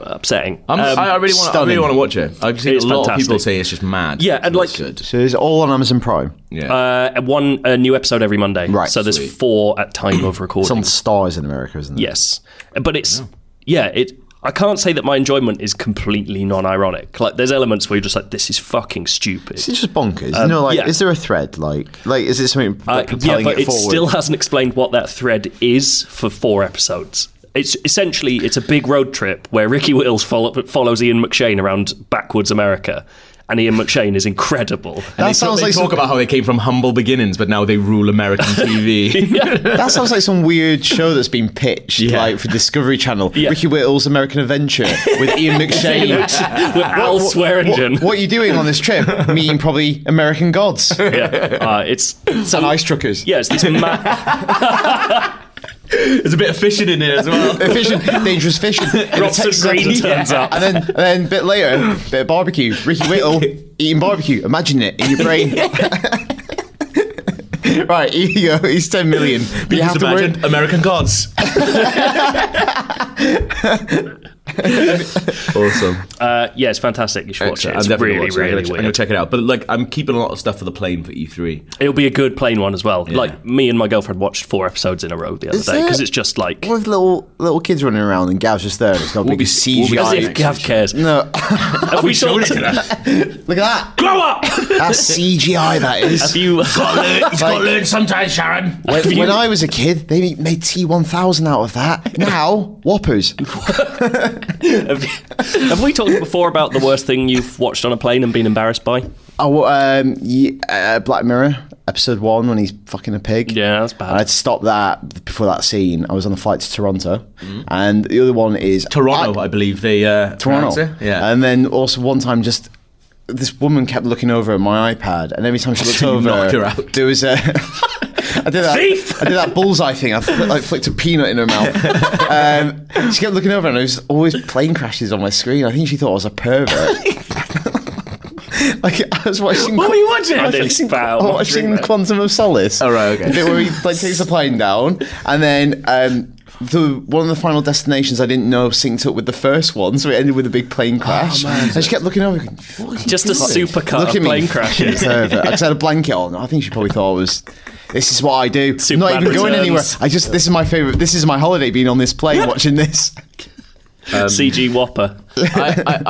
Speaker 3: upsetting.
Speaker 1: I'm,
Speaker 3: Um,
Speaker 1: I, I really want. I really
Speaker 5: stunning.
Speaker 1: want to watch it. I've seen a
Speaker 3: It's
Speaker 1: lot
Speaker 3: fantastic.
Speaker 1: of people say it's just mad.
Speaker 3: Yeah, and
Speaker 1: But
Speaker 3: like-
Speaker 1: it's good.
Speaker 2: So it's all on Amazon Prime.
Speaker 1: Yeah.
Speaker 3: uh, one a new episode every Monday.
Speaker 2: Right,
Speaker 3: So there's
Speaker 1: sweet.
Speaker 3: four at time of recording.
Speaker 2: It's on Stars in America, isn't it?
Speaker 3: Yes, but it's yeah. It I can't say that my enjoyment is completely non-ironic. Like there's elements where you're just like, this is fucking stupid.
Speaker 2: It's just bonkers. you know, like,
Speaker 3: Um, yeah.
Speaker 2: is there a thread? Like, like is it something
Speaker 3: Uh,
Speaker 2: like,
Speaker 3: yeah,
Speaker 2: propelling
Speaker 3: but
Speaker 2: it
Speaker 3: it,
Speaker 2: forward?
Speaker 3: still hasn't explained what that thread is for four episodes. It's essentially it's a big road trip where Ricky Whittles follow, follows Ian McShane around backwards America, and Ian McShane is incredible.
Speaker 1: And
Speaker 5: That
Speaker 1: they
Speaker 5: sounds
Speaker 1: talk,
Speaker 5: like
Speaker 1: they talk
Speaker 5: some-
Speaker 1: about how they came from humble beginnings, but now they rule American TV.
Speaker 5: That sounds like some weird show that's been pitched, like for Discovery Channel. Ricky Whittle's American Adventure with Ian McShane.
Speaker 3: With Al Swearingen.
Speaker 5: what, what are you doing on this trip? Meeting probably American Gods and
Speaker 3: Yeah, uh, it's
Speaker 5: ice truckers.
Speaker 3: yeah, it's this ma-
Speaker 1: There's a bit of fishing in here as well.
Speaker 5: Fishing, dangerous fishing. in a
Speaker 3: Robson
Speaker 5: Texas
Speaker 3: Green
Speaker 5: accent.
Speaker 3: turns up.
Speaker 5: And then, and then a bit later, bit of barbecue. Ricky Whittle eating barbecue. Imagine it in your brain. right, here you go. He's 10 million. But you have
Speaker 1: Just
Speaker 5: to work.
Speaker 1: imagine American gods. awesome.
Speaker 3: uh, yeah, it's fantastic. You should watch
Speaker 1: Excellent.
Speaker 3: it. It's
Speaker 1: I'm definitely
Speaker 3: really,
Speaker 1: watching it. I'm gonna
Speaker 3: really
Speaker 1: check- I'm gonna
Speaker 3: weird.
Speaker 1: check it out. But like, I'm keeping a lot of stuff for the plane for E E3.
Speaker 3: It'll be a good plain one as well. Like me and my girlfriend watched four episodes in a row the other day because
Speaker 2: it?
Speaker 3: it's just like
Speaker 2: with little little kids running around and Gav's just there. and It's got
Speaker 1: We'll
Speaker 2: big
Speaker 1: be- we'll be-
Speaker 3: as
Speaker 2: CGI.
Speaker 3: if Gav cares.
Speaker 2: no,
Speaker 3: Have we talked?
Speaker 5: Look at that.
Speaker 3: Grow up!
Speaker 2: that's CGI. That
Speaker 3: Have
Speaker 2: is.
Speaker 3: you?
Speaker 1: He's got to learn sometimes, Sharon.
Speaker 2: When,
Speaker 3: you-
Speaker 2: when I was a kid, they made T1000 out of that. Now, Whoppers.
Speaker 3: Have, you- have we talked before about the worst thing you've watched on a plane and been embarrassed by?
Speaker 2: Oh, um, ye- uh, Black Mirror, episode one, when he's fucking a pig.
Speaker 3: Yeah, that's bad.
Speaker 2: I'd stop that before that scene. I was on a flight to Toronto,
Speaker 3: Mm.
Speaker 2: and the other one is
Speaker 1: Toronto, I, believe they. Uh, pronounce
Speaker 2: Toronto.
Speaker 1: it. Yeah.
Speaker 2: And then also one time, just this woman kept looking over at my iPad, and every time she looked
Speaker 1: You
Speaker 2: over,
Speaker 1: knocked her out.
Speaker 2: there was a. I did that.
Speaker 3: Thief!
Speaker 2: I did that bullseye thing. I, fl- I flicked a peanut in her mouth. Um, she kept looking over, and there was always plane crashes on my screen. I think she thought I was a pervert. like I was watching.
Speaker 1: what were you watching?
Speaker 3: I
Speaker 2: I
Speaker 3: nearly
Speaker 2: was watching,
Speaker 3: spat out
Speaker 2: I was
Speaker 3: watching
Speaker 2: watching
Speaker 3: that.
Speaker 2: Quantum of Solace.
Speaker 1: Oh, right, okay.
Speaker 2: The bit where he like takes the plane down, and then um, the one of the final destinations I didn't know synced up with the first one, so it ended with a big plane
Speaker 1: Oh,
Speaker 2: crash. and she kept looking over, going, "What are you
Speaker 3: Just a
Speaker 2: doing?"
Speaker 3: supercut of plane crashes.
Speaker 2: Because I had a blanket on. I think she probably thought it was. This is what I do. I'm
Speaker 3: Superman
Speaker 2: not even going
Speaker 3: Returns.
Speaker 2: anywhere. I just this is my favorite. This is my holiday. Being on this plane, watching this.
Speaker 1: Um,
Speaker 3: CG Whopper.
Speaker 1: I, I,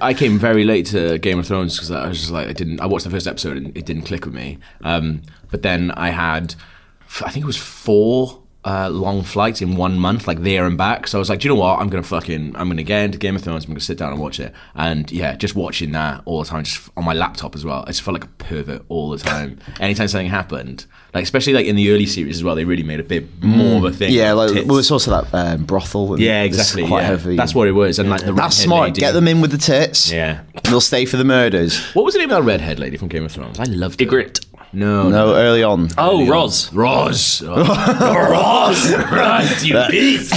Speaker 1: I I came very late to Game of Thrones because I was just like I didn't. I watched the first episode and it didn't click with me. Um, but then I had, f- I think it was four uh, long flights in one month, like there and back. So I was like, do you know what? I'm gonna fucking I'm gonna get into Game of Thrones. I'm gonna sit down and watch it. And yeah, just watching that all the time, just on my laptop as well. I just felt like a pervert all the time. Anytime something happened, like especially like in the early series as well, they really made a bit more of a thing.
Speaker 6: Mm. Yeah, like,
Speaker 1: Tits.
Speaker 6: well, it's also that um, brothel. and
Speaker 1: yeah,
Speaker 6: it's
Speaker 1: exactly.
Speaker 6: Quite
Speaker 1: yeah.
Speaker 6: heavy.
Speaker 1: That's what it was. And like the
Speaker 6: That's
Speaker 1: redhead
Speaker 6: smart.
Speaker 1: lady.
Speaker 6: Get them in with the tits.
Speaker 1: Yeah.
Speaker 6: They'll stay for the murders.
Speaker 1: What was the name of that redhead lady from Game of Thrones? I loved it.
Speaker 3: Grit.
Speaker 1: No,
Speaker 6: No, early on.
Speaker 3: Oh, Roz.
Speaker 1: Roz. Roz. Roz, you beast.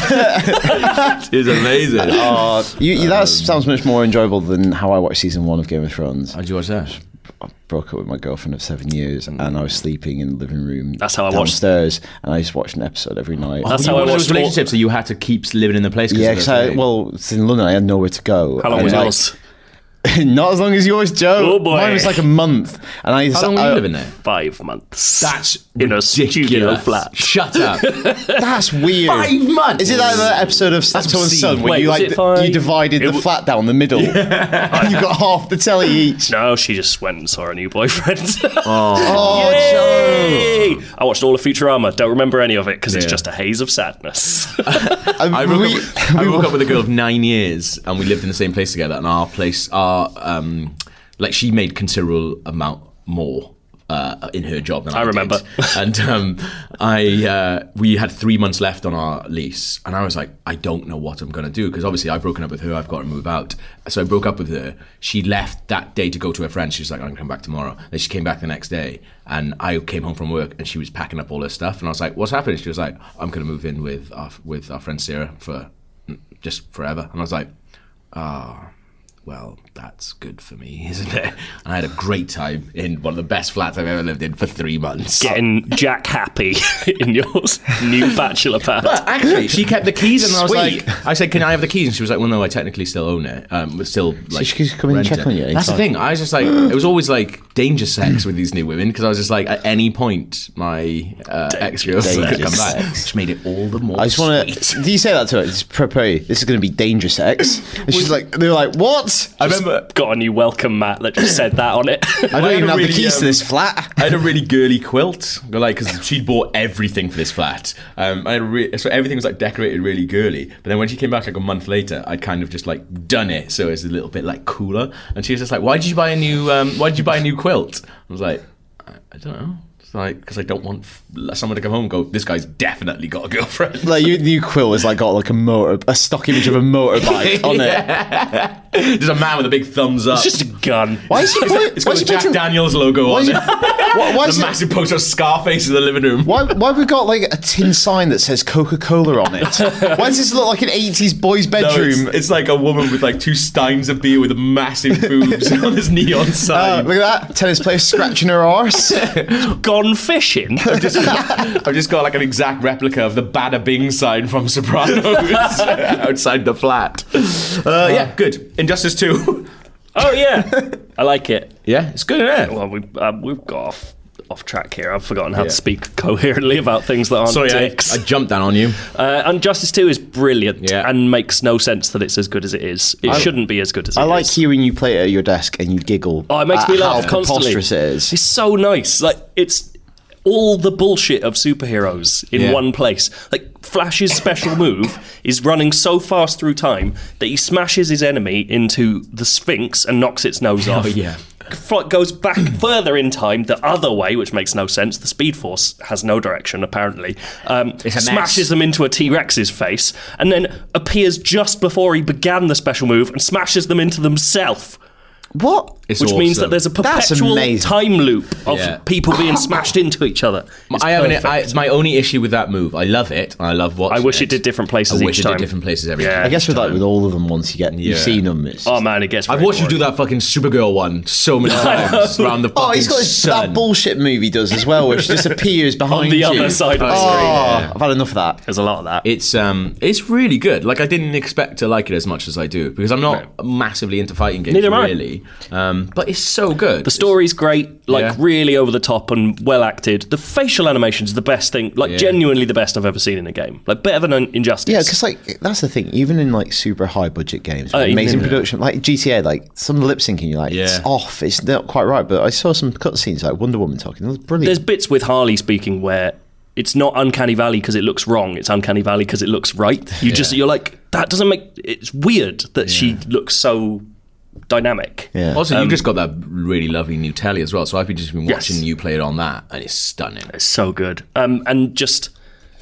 Speaker 1: it was amazing.
Speaker 6: Uh,
Speaker 2: You, you,
Speaker 3: um,
Speaker 2: that sounds much more enjoyable than how I watched season one of Game of Thrones.
Speaker 1: How'd you watch that?
Speaker 2: I broke up with my girlfriend of seven years, and I was sleeping in the living room.
Speaker 3: Mm. That's how I watched- Oh,
Speaker 2: downstairs, and I just watched an episode every night.
Speaker 3: That's
Speaker 1: You
Speaker 3: how
Speaker 1: were
Speaker 3: I
Speaker 1: in
Speaker 3: watched.
Speaker 1: those
Speaker 3: all-
Speaker 1: relationships, so you had to keep living in the place. 'cause
Speaker 2: yeah,
Speaker 1: of
Speaker 2: because
Speaker 1: the
Speaker 2: I
Speaker 1: thing.
Speaker 2: well, it's in London. I had nowhere to go.
Speaker 3: How long
Speaker 2: And,
Speaker 3: was
Speaker 2: like,
Speaker 3: yours?
Speaker 2: Not as long as yours, Joe.
Speaker 3: Oh, boy.
Speaker 2: Mine was like a month, and I.
Speaker 1: How long were
Speaker 2: I-
Speaker 1: you living there?
Speaker 3: Five months.
Speaker 1: That's
Speaker 3: in a studio
Speaker 1: ridiculous.
Speaker 3: flat.
Speaker 1: Shut up.
Speaker 2: That's weird.
Speaker 1: Five months.
Speaker 2: Is it like that uh, episode of Steptoe and
Speaker 1: obscene.
Speaker 2: Son where
Speaker 3: Wait,
Speaker 2: you
Speaker 3: was
Speaker 2: like
Speaker 3: it five?
Speaker 2: you divided the
Speaker 3: It w-
Speaker 2: flat down the middle? and you got half the telly each.
Speaker 3: No, she just went and saw her new boyfriend.
Speaker 2: Oh,
Speaker 3: Yay! I watched all of Futurama. Don't remember any of it because it's
Speaker 1: Yeah.
Speaker 3: just a haze of sadness.
Speaker 2: And
Speaker 1: I woke,
Speaker 2: we-
Speaker 1: up, I woke up with a girl of nine years, and we lived in the same place together. And our place, our um, like she made considerable amount more uh, in her job than I,
Speaker 3: I remember.
Speaker 1: did. And um, I, uh, we had three months left on our lease, and I was like, I don't know what I'm gonna do because obviously I've broken up with her. I've got to move out. So I broke up with her. She left that day to go to her friend. She was like, I'm gonna come back tomorrow. Then she came back the next day, and I came home from work, and she was packing up all her stuff, and I was like, What's happening? She was like, I'm gonna move in with our with our friend Sarah for just forever. And I was like, Ah. well, that's good for me, isn't it? And I had a great time in one of the best flats I've ever lived in for three months.
Speaker 3: Getting Jack happy in yours new bachelor pad.
Speaker 1: But actually, she kept the keys, and I was
Speaker 2: Sweet.
Speaker 1: like, I said, "Can I have the keys?" And she was like, "Well, no, I technically still own it, um, but still like."
Speaker 2: she could come in and
Speaker 1: rent
Speaker 2: check
Speaker 1: it."
Speaker 2: on you
Speaker 1: That's the thing. I was just like, it was always like danger sex with these new women because I was just like, at any point, my uh, ex girlfriend could come
Speaker 2: Danger
Speaker 1: back, which made it all the more.
Speaker 2: I just want
Speaker 1: sweet.
Speaker 2: to. Do you say that to her? It's preppy. This is going to be dangerous sex. And she's like, they're like, what?
Speaker 1: I remember
Speaker 3: Got a new welcome mat that just said that on it.
Speaker 2: I
Speaker 1: I
Speaker 2: don't even
Speaker 1: don't
Speaker 2: have
Speaker 1: really,
Speaker 2: the keys
Speaker 1: um,
Speaker 2: to this flat.
Speaker 1: I had a really girly quilt, like because she bought everything for this flat. Um, I had a re- so everything was like decorated really girly. But then when she came back like a month later, I'd kind of just like done it, so it was a little bit like cooler. And she was just like, "Why did you buy a new? Um, why did you buy a new quilt?" I was like, "I, I don't know." It's like because I don't want f- someone to come home and go, "This guy's definitely got a girlfriend."
Speaker 2: Like your new quill has like got like a motor, a stock image of a motorbike on it.
Speaker 1: There's a man with a big thumbs up.
Speaker 3: It's just a gun.
Speaker 2: Why is he? Why,
Speaker 1: It's
Speaker 2: why
Speaker 1: got
Speaker 2: is
Speaker 1: the
Speaker 2: he
Speaker 1: Jack
Speaker 2: picturing-
Speaker 1: Daniels logo
Speaker 2: why
Speaker 1: on
Speaker 2: is
Speaker 1: it.
Speaker 2: he- why- why
Speaker 1: And
Speaker 2: is
Speaker 1: a
Speaker 2: he-
Speaker 1: massive poster of Scarface in the living room.
Speaker 2: Why, why have we got like a tin sign that says Coca Cola on it? Why does this look like an 80s boy's
Speaker 1: No,
Speaker 2: bedroom?
Speaker 1: Oh, It's, it's like a woman with like two steins of beer with massive boobs on this neon
Speaker 2: Uh,
Speaker 1: sign.
Speaker 2: look at that. Tennis player scratching her arse.
Speaker 3: Gone fishing.
Speaker 1: I've just got like an exact replica of the Bada Bing sign from Sopranos outside the flat. Uh, yeah, good. Injustice 2.
Speaker 3: oh yeah, I like it.
Speaker 1: yeah, it's good, isn't
Speaker 3: Well, we um, we've got off off track here. I've forgotten how to speak coherently about things that aren't
Speaker 1: Sorry, I,
Speaker 3: dicks.
Speaker 1: I jumped down on you.
Speaker 3: Uh, and Justice 2 is brilliant
Speaker 1: Yeah.
Speaker 3: and makes no sense that it's as good as it is. It shouldn't be as good as it
Speaker 2: I
Speaker 3: is.
Speaker 2: like hearing you play it at your desk and you giggle.
Speaker 3: Oh, it makes
Speaker 2: at
Speaker 3: me laugh
Speaker 2: Uh, how
Speaker 3: constantly.
Speaker 2: preposterous it is.
Speaker 3: It's so nice. Like it's all the bullshit of superheroes in
Speaker 1: Yeah.
Speaker 3: one place. Like Flash's special move is running so fast through time that he smashes his enemy into the Sphinx and knocks its nose off.
Speaker 1: yeah.
Speaker 3: Fl- goes back further in time the other way, which makes no sense. The Speed Force has no direction apparently. Um,
Speaker 1: mess.
Speaker 3: smashes them into a T Rex's face and then appears just before he began the special move and smashes them into themselves
Speaker 2: What?
Speaker 1: It's
Speaker 3: which means that
Speaker 1: awesome.
Speaker 3: there's a
Speaker 2: That's
Speaker 3: perpetual
Speaker 2: amazing.
Speaker 3: time loop of
Speaker 1: Yeah.
Speaker 3: people being smashed into each other. It's
Speaker 1: I have an,
Speaker 3: perfect.
Speaker 1: I, it's my only issue with that move. I love it. and I love watching
Speaker 3: I wish it did different places
Speaker 1: I
Speaker 3: each
Speaker 1: wish it
Speaker 3: time.
Speaker 1: did different places every
Speaker 3: Yeah.
Speaker 1: time.
Speaker 2: I guess with like with all of them, once you get
Speaker 1: Yeah.
Speaker 2: you've seen them, it's
Speaker 3: oh man, it gets.
Speaker 1: I've
Speaker 3: very
Speaker 1: watched you do
Speaker 3: boring.
Speaker 1: that fucking Supergirl one so many times around the fucking
Speaker 2: Oh, he's got this, that
Speaker 1: sun.
Speaker 2: bullshit movie he does as well, which just appears behind
Speaker 3: the
Speaker 2: you.
Speaker 3: other side of the
Speaker 2: oh,
Speaker 3: screen,
Speaker 1: yeah.
Speaker 2: I've had enough of that.
Speaker 3: There's a lot of that.
Speaker 1: It's um, it's really good. Like I didn't expect to like it as much as I do because I'm not massively into fighting games.
Speaker 3: Neither am I.
Speaker 1: really. Um, Um, but it's so good.
Speaker 3: The story's great, like
Speaker 1: Yeah.
Speaker 3: really over the top and well acted. The facial animation's the best thing, like genuinely the best I've ever seen in a game. Like better than Un- Injustice.
Speaker 5: Yeah, because like that's the thing. Even in like super high budget games, with
Speaker 3: even
Speaker 5: amazing
Speaker 3: in-
Speaker 5: production, like GTA, like some lip syncing, you're like,
Speaker 1: Yeah.
Speaker 5: it's off. It's not quite right. But I saw some cutscenes like Wonder Woman talking. That was brilliant.
Speaker 3: there's bits with Harley speaking where it's not uncanny valley because it looks wrong. It's uncanny valley because it looks right. You just you're like that doesn't make. It's weird that she looks so dynamic.
Speaker 5: yeah.
Speaker 1: Also,
Speaker 3: Um,
Speaker 1: you just got that really lovely new telly as well. So I've been just been
Speaker 3: Yes.
Speaker 1: watching you play it on that, and it's stunning.
Speaker 3: It's so good. Um, and just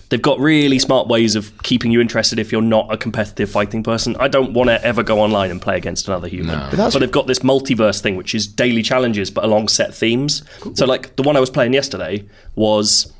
Speaker 3: they've got really smart ways of keeping you interested if you're not a competitive fighting person. I don't want to ever go online and play against another human. But,
Speaker 5: that's-
Speaker 3: they've got this multiverse thing, which is daily challenges but along set themes. So, like the one I was playing yesterday was.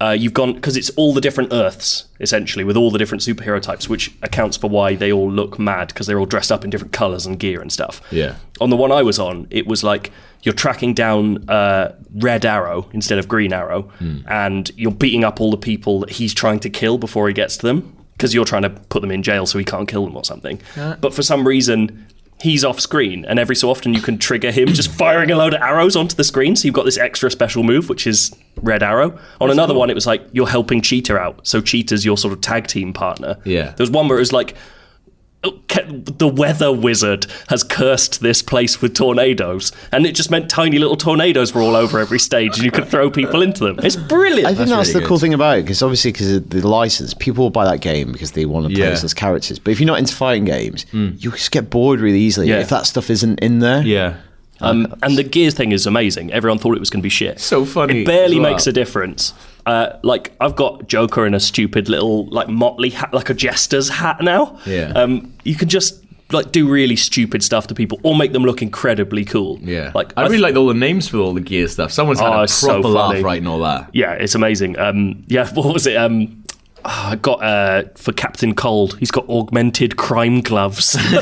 Speaker 3: Uh, you've gone because it's all the different Earths essentially, with all the different superhero types, which accounts for why they all look mad because they're all dressed up in different colors and gear and stuff
Speaker 1: Yeah.
Speaker 3: on the one I was on, it was like you're tracking down uh, Red Arrow instead of Green Arrow, and you're beating up all the people that he's trying to kill before he gets to them because you're trying to put them in jail so he can't kill them or something. But for some reason, he's off screen, and every so often you can trigger him just firing a load of arrows onto the screen. So you've got this extra special move, which is Red Arrow. On another one, it was like you're helping Cheetah out, so Cheetah's your sort of tag team partner.
Speaker 1: Yeah.
Speaker 3: there was one where it was like ca- the weather wizard has cursed this place with tornadoes, and it just meant tiny little tornadoes were all over every stage, and you could throw people into them. It's brilliant.
Speaker 5: I think that's,
Speaker 1: really
Speaker 5: the cool
Speaker 1: good.
Speaker 5: thing about it because obviously because of the license, people will buy that game because they want to play
Speaker 1: Yeah.
Speaker 5: as those characters. But if you're not into fighting games, you just get bored really easily
Speaker 3: Yeah.
Speaker 5: if that stuff isn't in there.
Speaker 1: Yeah,
Speaker 3: um, and the gear thing is amazing. Everyone thought it was going to be shit.
Speaker 1: So funny
Speaker 3: It barely
Speaker 1: as well.
Speaker 3: makes a difference. Uh, like I've got Joker in a stupid little like motley hat, like a jester's hat now.
Speaker 1: Yeah.
Speaker 3: Um, you can just like do really stupid stuff to people or make them look incredibly cool.
Speaker 1: yeah.
Speaker 3: Like
Speaker 1: Like I really
Speaker 3: th-
Speaker 1: like all the names for all the gear stuff. Someone's had
Speaker 3: Oh,
Speaker 1: a
Speaker 3: it's so
Speaker 1: proper laugh
Speaker 3: funny.
Speaker 1: writing all that.
Speaker 3: Yeah, it's amazing. Um, yeah, what was it? Um, oh, I got uh, for Captain Cold. He's got augmented crime gloves.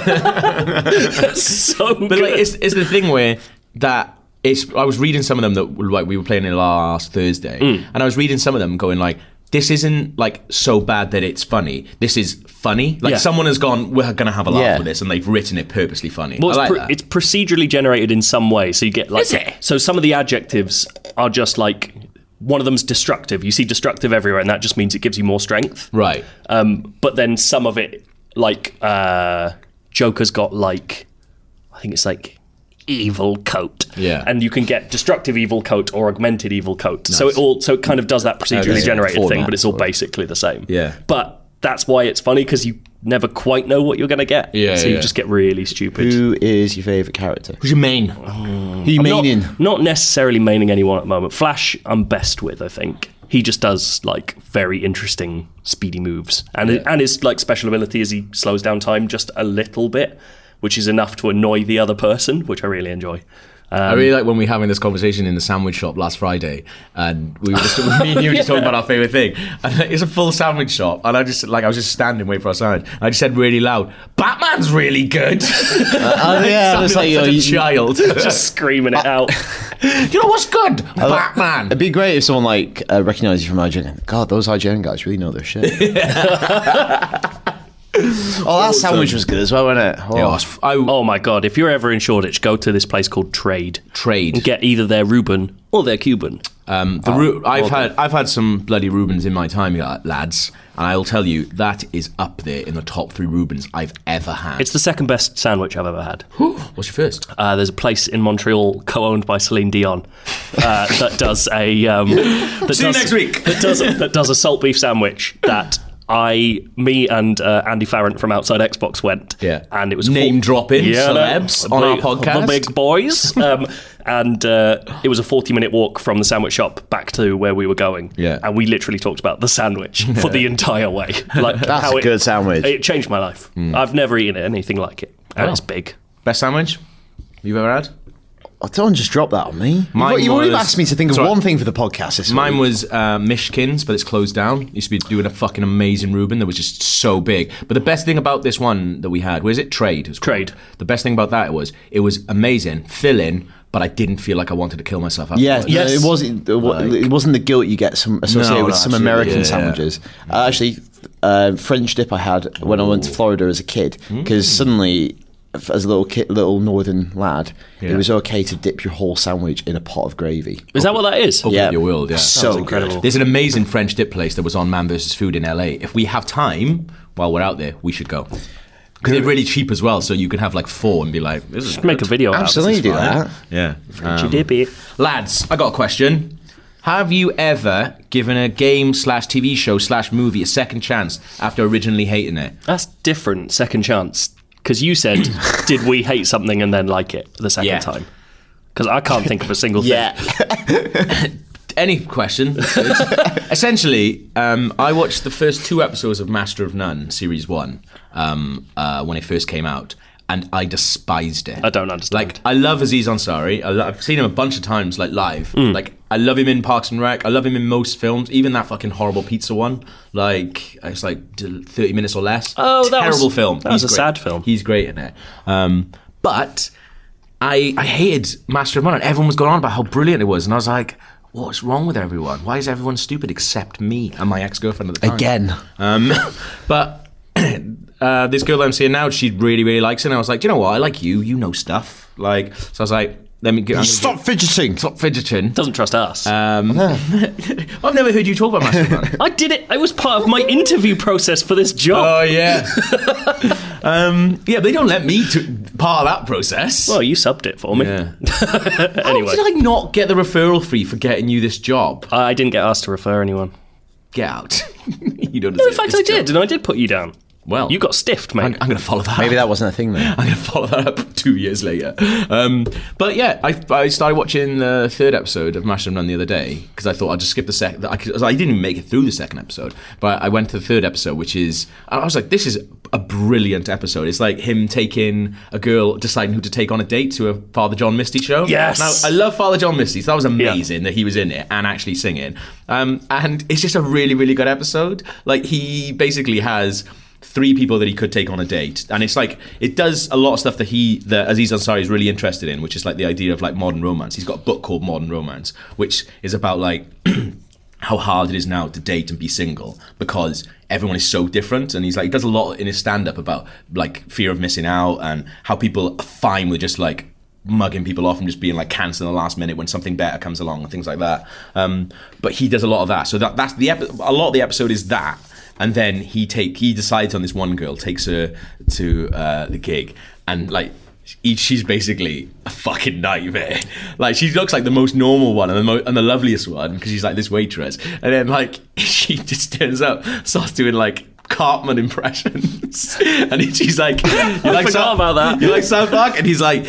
Speaker 3: so
Speaker 1: But
Speaker 3: good.
Speaker 1: like, it's, it's the thing where that it's. I was reading some of them that were, like we were playing it last Thursday,
Speaker 3: Mm.
Speaker 1: and I was reading some of them going like. This isn't like so bad that it's funny. This is funny. Like
Speaker 3: Yeah.
Speaker 1: someone has gone, we're gonna have a laugh
Speaker 5: Yeah.
Speaker 1: with this, and they've written it purposely funny. I
Speaker 3: Well, it's,
Speaker 1: like
Speaker 3: pr-
Speaker 1: that.
Speaker 3: it's procedurally generated in some way, so you get like.
Speaker 1: Is it?
Speaker 3: So some of the adjectives are just like one of them's destructive. You see destructive everywhere, and that just means it gives you more strength.
Speaker 1: right.
Speaker 3: Um, but then some of it, like uh, Joker's got like, I think it's like evil coat.
Speaker 1: Yeah.
Speaker 3: And you can get destructive evil coat or augmented evil coat. So it all so it kind of does that procedurally
Speaker 1: Okay.
Speaker 3: generated thing,
Speaker 1: Format,
Speaker 3: but it's all basically the same.
Speaker 1: Yeah.
Speaker 3: But that's why it's funny because you never quite know what you're going to get.
Speaker 1: Yeah,
Speaker 3: So you
Speaker 1: yeah.
Speaker 3: just get really stupid.
Speaker 5: Who is your favorite character?
Speaker 1: Who's your main?
Speaker 5: Who you meaning?
Speaker 3: Oh. Not, not necessarily maining anyone at the moment. Flash, I'm best with. I think he just does like very interesting, speedy moves, and and his like special ability is he slows down time just a little bit, which is enough to annoy the other person, which I really enjoy. Uh,
Speaker 5: Um,
Speaker 1: I really like when we were having this conversation in the sandwich shop last Friday, and we were just me and you were just talking about our favorite thing. And it's a full sandwich shop, and I just like I was just standing waiting for our sandwich. And I just said really loud, "Batman's really good."
Speaker 5: Oh yeah,
Speaker 1: Sounded
Speaker 5: it's like,
Speaker 1: such
Speaker 5: oh,
Speaker 1: a
Speaker 5: you-
Speaker 1: child. Just,
Speaker 3: Just screaming it out.
Speaker 1: you know what's good?
Speaker 5: It'd
Speaker 1: Batman.
Speaker 5: be great if someone like uh, recognised you from IGN. God, those IGN guys really know their shit. oh, that sandwich was good as well, wasn't it? Oh,
Speaker 1: Oh, it's- I
Speaker 3: Oh my god! If you're ever in Shoreditch, go to this place called Trade.
Speaker 1: trade.
Speaker 3: And get either their Reuben or their Cuban.
Speaker 1: Um, the Ru- I've had I've had some bloody Rubens in my time, ya- lads, and I will tell you that is up there in the top three Rubens I've ever had.
Speaker 3: It's the second best sandwich I've ever had.
Speaker 1: what's your first?
Speaker 3: Uh, there's a place in Montreal co-owned by Celine Dion uh, that does a um, that
Speaker 1: See you
Speaker 3: does,
Speaker 1: next week.
Speaker 3: that does a, that does a salt beef sandwich that I me and uh, Andy Farrant from Outside Xbox went
Speaker 1: Yeah.
Speaker 3: and it was
Speaker 1: Name
Speaker 3: four-
Speaker 1: drop-in
Speaker 3: I know.
Speaker 1: celebs on our
Speaker 3: The-
Speaker 1: podcast.
Speaker 3: the big boys um, and uh, it was a 40 minute walk from the sandwich shop back to where we were going
Speaker 1: Yeah.
Speaker 3: and we literally talked about the sandwich for the entire way like
Speaker 5: That's
Speaker 3: how
Speaker 5: a
Speaker 3: it,
Speaker 5: good sandwich.
Speaker 3: it changed my life I've never eaten anything like it
Speaker 1: Hmm.
Speaker 3: and
Speaker 1: Wow.
Speaker 3: it's big
Speaker 1: Best sandwich you've ever had?
Speaker 5: Oh, don't just drop that on me.
Speaker 1: Mine
Speaker 5: You've, you've already
Speaker 1: was-
Speaker 5: asked me to think of
Speaker 1: Sorry.
Speaker 5: one thing for the podcast this
Speaker 1: Mine
Speaker 5: week.
Speaker 1: was uh, Mishkins, but it's closed down. Used to be doing a fucking amazing Reuben that was just so big. But the best thing about this one that we had was it trade. It was called.
Speaker 3: Trade.
Speaker 1: The best thing about that was it was amazing, fill in, but I didn't feel like I wanted to kill myself.
Speaker 5: Yeah,
Speaker 1: Afterwards.
Speaker 5: no,
Speaker 3: Yes.
Speaker 5: it wasn't. It wa- it wasn't the guilt you get some, associated
Speaker 1: No,
Speaker 5: with
Speaker 1: no,
Speaker 5: some
Speaker 1: absolutely.
Speaker 5: American
Speaker 1: Yeah, yeah.
Speaker 5: sandwiches.
Speaker 1: Mm.
Speaker 5: Uh, actually, uh, French dip I had when I went to Florida as a kid because suddenly
Speaker 2: f- as a little kid, little northern lad,
Speaker 1: Yeah.
Speaker 2: it was okay to dip your whole sandwich in a pot of gravy.
Speaker 3: Is that what that is?
Speaker 1: Open
Speaker 2: Yeah.
Speaker 1: up your world, yeah.
Speaker 2: So incredible.
Speaker 1: There's an amazing French dip place that was on Man vs. Food in LA. If we have time while we're out there, we should go. Because they're really cheap as well, so you can have like four and be like, this is
Speaker 3: Make a video out of
Speaker 2: Absolutely do that.
Speaker 1: Yeah.
Speaker 3: it. You dip it.
Speaker 1: Lads, I got a question. Have you ever given a game slash TV show slash movie a second chance after originally hating it?
Speaker 3: That's different. Second chance. Because you said, did we hate something and then like it the second
Speaker 1: Yeah.
Speaker 3: time? Because I can't think of a single thing.
Speaker 1: Any question? Essentially, um, I watched the first two episodes of Master of None series one um, uh, when it first came out, and I despised it.
Speaker 3: I don't understand.
Speaker 1: Like, I love Aziz Ansari. I lo- I've seen him a bunch of times, like live.
Speaker 3: Mm.
Speaker 1: Like, I love him in Parks and Rec. I love him in most films, even that fucking horrible pizza one. Like, it's like d- thirty minutes or less.
Speaker 3: Oh, that was-
Speaker 1: terrible film.
Speaker 3: that was
Speaker 1: He's
Speaker 3: a
Speaker 1: great.
Speaker 3: sad film.
Speaker 1: He's great in it. Um, but I, I hated Master of None. and Everyone was going on about how brilliant it was, and I was like, "What's wrong with everyone? Why is everyone stupid except me and my ex girlfriend at the time?"
Speaker 2: Again.
Speaker 1: Um, but uh, this girl I'm seeing now, she really, really likes it. And I was like, "Do you know what? I like you. You know stuff." Like, so I was like, "Let me get I'm gonna
Speaker 2: Stop
Speaker 1: get-
Speaker 2: fidgeting.
Speaker 1: stop fidgeting."
Speaker 3: Doesn't trust us.
Speaker 1: Um, I've never heard you talk about Master of None.
Speaker 3: I did it. I was part of my interview process for this job.
Speaker 1: Oh yeah, um, yeah. but They don't let me to part of that process.
Speaker 3: well, you subbed it for me.
Speaker 1: Oh. yeah.
Speaker 3: Anyway,
Speaker 1: How did I not get the referral fee for getting you this job?
Speaker 3: I-, didn't get asked to refer anyone.
Speaker 1: Get out. you don't.
Speaker 3: In fact, I did, and I did put you down.
Speaker 1: Well,
Speaker 3: You got stiffed, mate.
Speaker 1: I'm, I'm going to follow that.
Speaker 5: Maybe
Speaker 1: up.
Speaker 5: that wasn't a thing then.
Speaker 1: I'm going to follow that up two years later. Um, but yeah, I, I started watching the third episode of Mash and Run the other day because I thought I'd just skip the second. I, could- I didn't even make it through the second episode, but I went to the third episode, which is I was like, this is a brilliant episode. It's like him taking a girl, deciding who to take on a date to a Father John Misty show.
Speaker 3: Yes.
Speaker 1: Now I love Father John Misty. So that was amazing that he was in it and actually singing. Um, and it's just a really, really good episode. Like he basically has three people that he could take on a date, and it's like it does a lot of stuff that he that Aziz Ansari is really interested in, which is like the idea of like modern romance. He's got a book called Modern Romance, which is about like. how hard it is now to date and be single because everyone is so different and he's like he does a lot in his stand-up about like fear of missing out and how people are fine with just like mugging people off and just being like cancelled in the last minute when something better comes along and things like that um, but he does a lot of that so that, that's the epi- a lot of the episode is that and then he take he decides on this one girl takes her to uh, the gig and like each she's basically a fucking nightmare. Like she looks like the most normal one and the mo- and the loveliest one because she's like this waitress, and then like she just turns up, starts doing like Cartman impressions, and she's like, "You like
Speaker 3: forgot about that.
Speaker 1: You like South Park?" And he's like.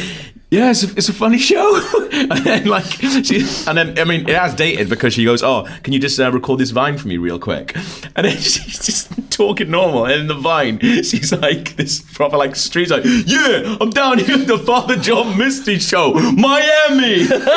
Speaker 1: Yeah, it's a, it's a funny show, and then like she, and then I mean it has dated because she goes, "Oh, can you just uh, record this Vine for me real quick?" And then she's just talking normal, and in the Vine, she's like this proper like street like, "Yeah, I'm down here at the Father John Misty show, Miami."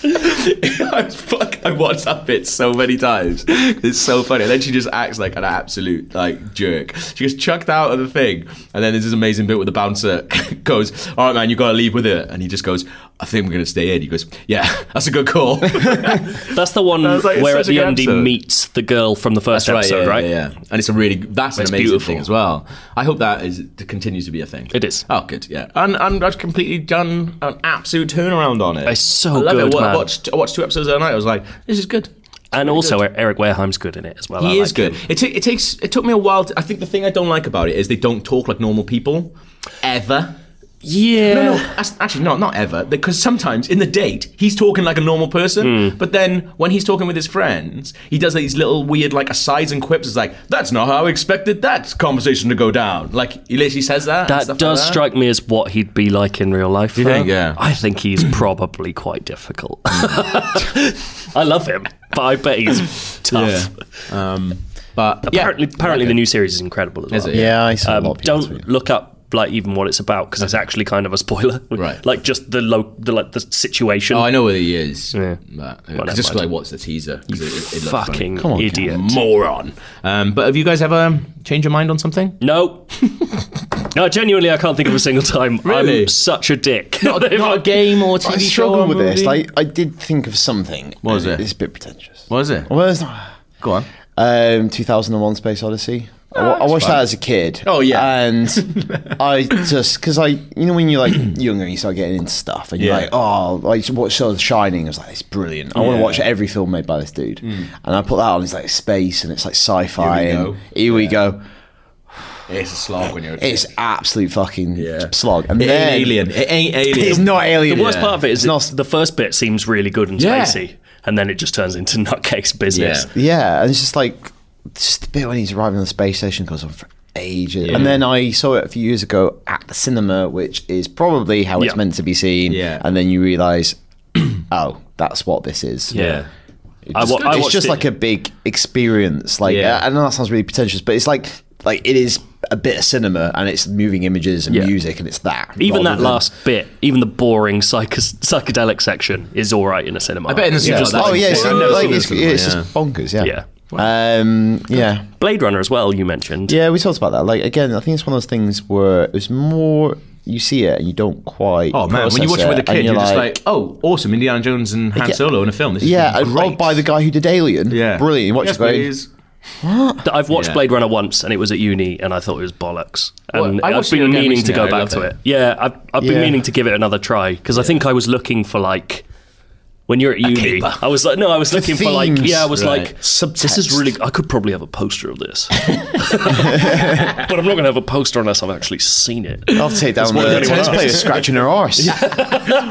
Speaker 1: I was- fuck, I watched that bit so many times. It's so funny. And then she just acts like an absolute like jerk. She gets chucked out of the thing, and then there's this amazing bit where the bouncer goes, "All right, man, you gotta leave with it," and he just goes, "I think we're gonna stay in." He goes, "Yeah, that's a good call."
Speaker 3: That's the one
Speaker 1: was like, it's
Speaker 3: where
Speaker 1: such
Speaker 3: at
Speaker 1: a
Speaker 3: the
Speaker 1: good
Speaker 3: end he
Speaker 1: episode.
Speaker 3: meets the girl from the first episode,
Speaker 1: yeah,
Speaker 3: right?
Speaker 1: Yeah, yeah. and it's a really that's an
Speaker 3: It's
Speaker 1: amazing
Speaker 3: beautiful.
Speaker 1: thing as well. I hope that is continues to be a thing.
Speaker 3: It is.
Speaker 1: Oh, good. Yeah, and and I've completely done an absolute turnaround on it.
Speaker 3: It's so
Speaker 1: I love
Speaker 3: good,
Speaker 1: it. Wa- I
Speaker 3: man.
Speaker 1: watched I watched two episodes the other night. I was like, this is good.
Speaker 3: And also Eric Wareheim's good in it as well. I
Speaker 1: He is
Speaker 3: like
Speaker 1: good.
Speaker 3: him.
Speaker 1: It, ta- it takes. It took me a while. To, I think the thing I don't like about it is they don't talk like normal people, ever.
Speaker 3: Yeah.
Speaker 1: No, no, as- actually, no, not ever. Because sometimes in the date, he's talking like a normal person,
Speaker 3: Hmm.
Speaker 1: but then when he's talking with his friends, he does these little weird like asides and quips. It's like that's not how I expected that conversation to go down. Like he literally says that. and
Speaker 3: That
Speaker 1: stuff like
Speaker 3: does
Speaker 1: that.
Speaker 3: strike me as what he'd be like in real life. You
Speaker 1: think? Yeah.
Speaker 3: I think he's probably quite difficult.
Speaker 1: Mm.
Speaker 3: I love him, but I bet he's tough.
Speaker 1: Um, but
Speaker 3: Apparently, apparently the new series is incredible as well.
Speaker 1: it? Yeah,
Speaker 5: I saw
Speaker 3: Um, don't look up like even what it's about because it's actually kind of a spoiler.
Speaker 1: Right.
Speaker 3: Like just the lo- the like the situation.
Speaker 1: Oh, I know where he is.
Speaker 3: Yeah.
Speaker 1: But,
Speaker 3: Well, never
Speaker 1: just
Speaker 3: mind.
Speaker 1: like watch the teaser. 'cause It, it, it looks funny.
Speaker 3: Fucking idiot.
Speaker 1: moron. Um, but have you guys ever changed your mind on something?
Speaker 3: No. no, genuinely, I can't think of a single time.
Speaker 1: Really?
Speaker 3: I'm such a dick. If I-
Speaker 1: game or TV
Speaker 5: I struggle with this. Like, I did think of something. What
Speaker 1: was it?
Speaker 2: oh,
Speaker 5: It's a bit pretentious.
Speaker 1: what is it?
Speaker 5: Well, it's not.
Speaker 1: Go on.
Speaker 5: Um, 2001 Space Odyssey.
Speaker 2: I, wa- I watched that as a kid.
Speaker 1: Ah, Oh, yeah.
Speaker 2: and I just because I, you know, when you're like younger, and you start getting into stuff, and you're
Speaker 1: Yeah.
Speaker 2: like, oh, like so watch The Shining. I was like, it's brilliant. I want to watch every film made by this dude. And I put that on. It's like space, and it's like sci-fi.
Speaker 1: Hmm. Here we
Speaker 2: and
Speaker 1: go.
Speaker 2: Here we go.
Speaker 1: It's a slog when you're. A
Speaker 2: It's absolute fucking
Speaker 1: Yeah.
Speaker 2: slog. And
Speaker 1: It ain't
Speaker 2: then
Speaker 1: alien. It ain't alien.
Speaker 2: It's not
Speaker 3: The
Speaker 2: alien.
Speaker 3: worst part of it is
Speaker 2: It's
Speaker 3: not, the first bit seems really good and
Speaker 1: Yeah.
Speaker 3: spacey, and then it just turns into nutcase business.
Speaker 1: Yeah.
Speaker 2: Yeah, and it's just like just the bit when he's arriving on the space station goes on for ages. And then I saw it a few years ago at the cinema, which is probably how
Speaker 3: Yeah.
Speaker 2: it's meant to be seen.
Speaker 1: Yeah.
Speaker 2: And then you realise, oh, that's what this is.
Speaker 3: Yeah. I, wa-
Speaker 1: good.
Speaker 3: I
Speaker 2: It's
Speaker 3: watched
Speaker 2: just
Speaker 3: it-
Speaker 2: like a big experience. Like
Speaker 1: Yeah.
Speaker 2: uh, I know that sounds really pretentious, but it's like like it is a bit of cinema and it's moving images and
Speaker 3: Yeah.
Speaker 2: music and it's that.
Speaker 3: even
Speaker 2: rather
Speaker 3: that
Speaker 2: than-
Speaker 3: last bit, even the boring psychos- psychedelic section is all right in a cinema. I
Speaker 1: bet in the cinema,
Speaker 3: just,
Speaker 1: that's
Speaker 2: Oh yeah, it's,
Speaker 1: I've never
Speaker 2: like,
Speaker 1: seen
Speaker 2: it's,
Speaker 1: this before,
Speaker 2: it's
Speaker 1: yeah.
Speaker 2: just bonkers, yeah.
Speaker 3: Yeah.
Speaker 2: Um yeah.
Speaker 3: Blade Runner as well. You mentioned.
Speaker 2: Yeah, we talked about that. Like again, I think it's one of those things where it's more you see it and you don't quite.
Speaker 1: Oh man, when you
Speaker 2: process
Speaker 1: watch it with a
Speaker 2: and
Speaker 1: kid, you're, just like, oh, awesome, Indiana Jones and Han
Speaker 2: Yeah.
Speaker 1: Solo in a film. This is
Speaker 2: yeah, and
Speaker 1: great.
Speaker 2: robbed by the guy who did Alien.
Speaker 1: yeah,
Speaker 2: brilliant. You watch
Speaker 1: yes,
Speaker 2: it going,
Speaker 1: please.
Speaker 3: Th- I've watched
Speaker 1: Yeah.
Speaker 3: Blade Runner once, and it was at uni, and I thought it was bollocks. And
Speaker 1: Well, I
Speaker 3: I've
Speaker 1: watched it
Speaker 3: been
Speaker 1: again
Speaker 3: meaning to
Speaker 1: recently,
Speaker 3: go
Speaker 1: I
Speaker 3: back
Speaker 1: love
Speaker 3: to
Speaker 1: it.
Speaker 3: it. Yeah, I've, I've been
Speaker 2: Yeah.
Speaker 3: meaning to give it another try because I think I was looking for like. When you're at uni,
Speaker 1: caper.
Speaker 3: I was like, no, I was looking for like,
Speaker 2: themes.
Speaker 3: yeah, I was
Speaker 1: Right.
Speaker 3: like, this is really. I could probably have a poster of this, but I'm not going to have a poster unless I've actually seen it.
Speaker 1: Oh,
Speaker 2: I'll take down
Speaker 3: what
Speaker 2: the
Speaker 3: anyone
Speaker 2: tennis
Speaker 3: else.
Speaker 2: player scratching her arse.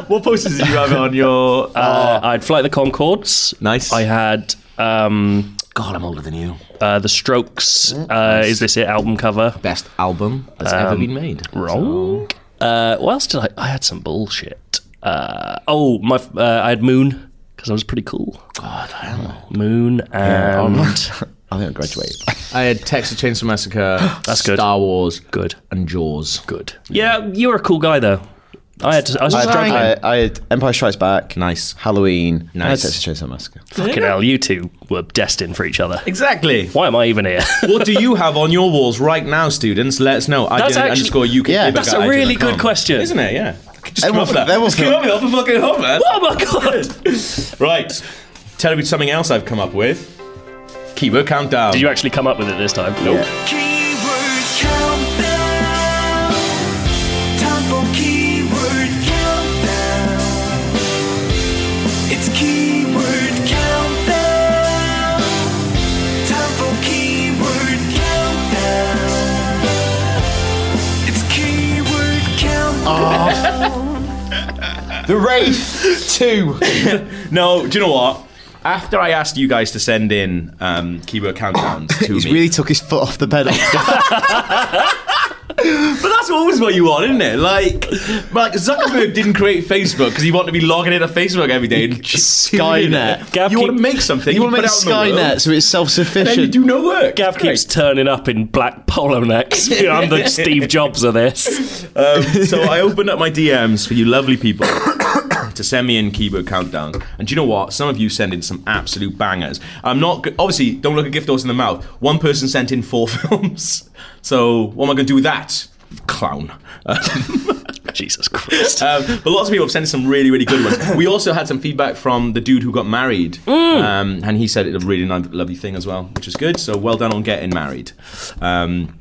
Speaker 1: What posters did you have on your?
Speaker 3: Uh, I had Flight of the Concords.
Speaker 1: Nice.
Speaker 3: I had um,
Speaker 1: God, I'm older than you.
Speaker 3: uh, The Strokes.
Speaker 1: Mm,
Speaker 3: Uh, Is this it? Album cover.
Speaker 1: Best album that's ever been made.
Speaker 3: Wrong. Uh, what else did I? I had some bullshit. Uh, oh, my! f- Uh, I had Moon because I was pretty cool.
Speaker 1: God, I am.
Speaker 3: Moon and
Speaker 2: I think I graduated.
Speaker 1: I had Texas Chainsaw Massacre. that's
Speaker 3: good.
Speaker 1: Star Wars.
Speaker 3: good,
Speaker 1: And Jaws.
Speaker 3: good. Yeah, you were a cool guy though. I had. I was
Speaker 2: I,
Speaker 3: struggling.
Speaker 2: I, I had Empire Strikes Back.
Speaker 1: Nice.
Speaker 2: Halloween. and I had
Speaker 1: Nice.
Speaker 2: Texas Chainsaw Massacre.
Speaker 3: Fucking hell, you two were destined for each other.
Speaker 1: Exactly.
Speaker 3: Why am I even here?
Speaker 1: what do you have on your walls right now, students? Let us know.
Speaker 3: That's
Speaker 1: IGN
Speaker 3: actually-
Speaker 1: underscore UK.
Speaker 2: Yeah.
Speaker 1: Gamer
Speaker 2: That's
Speaker 3: That's
Speaker 1: Guide
Speaker 3: a really
Speaker 1: dot com.
Speaker 3: good question.
Speaker 1: Isn't it? Yeah. Just
Speaker 2: That
Speaker 1: come
Speaker 2: will-
Speaker 1: up with that.
Speaker 2: that will
Speaker 1: Just
Speaker 2: feel-
Speaker 1: come up with that for fucking home, man.
Speaker 3: Oh my god!
Speaker 1: Right. Tell you something else I've come up with. Keyword countdown.
Speaker 3: Did you actually come up with it this time? Nope.
Speaker 7: Keyword countdown. Time for keyword countdown. It's keyword countdown. Time for keyword countdown. It's keyword countdown.
Speaker 2: The Wraith Two.
Speaker 1: no, do you know what? After I asked you guys to send in um, keyword countdowns to
Speaker 2: He's
Speaker 1: me,
Speaker 2: really took his foot off the pedal.
Speaker 1: but that's always what you want, isn't it? Like, like Zuckerberg didn't create Facebook because he wanted to be logging into Facebook every day. And just tuning in.
Speaker 2: Skynet.
Speaker 3: Gav,
Speaker 1: you want
Speaker 3: keep-
Speaker 1: to make something.
Speaker 2: you want to
Speaker 1: put
Speaker 2: make
Speaker 1: it out in the
Speaker 2: Skynet
Speaker 1: world,
Speaker 2: so it's
Speaker 1: Then you
Speaker 2: self-sufficient.
Speaker 1: do no work.
Speaker 3: Gav keeps turning up in black polo necks. I'm the Steve Jobs of this.
Speaker 1: Um, so I opened up my DMs for you lovely people to send me in keyboard countdowns. And do you know what? Some of you send in some absolute bangers. I'm not go- obviously don't look a gift horse in the mouth. One person sent in four films. So what am I going to do with that? Clown.
Speaker 3: Jesus Christ.
Speaker 1: Um, but lots of people have sent in some really, really good ones. We also had some feedback from the dude who got married, um, and he said it was a really nice, lovely thing as well, which is good. So well done on getting married. Um,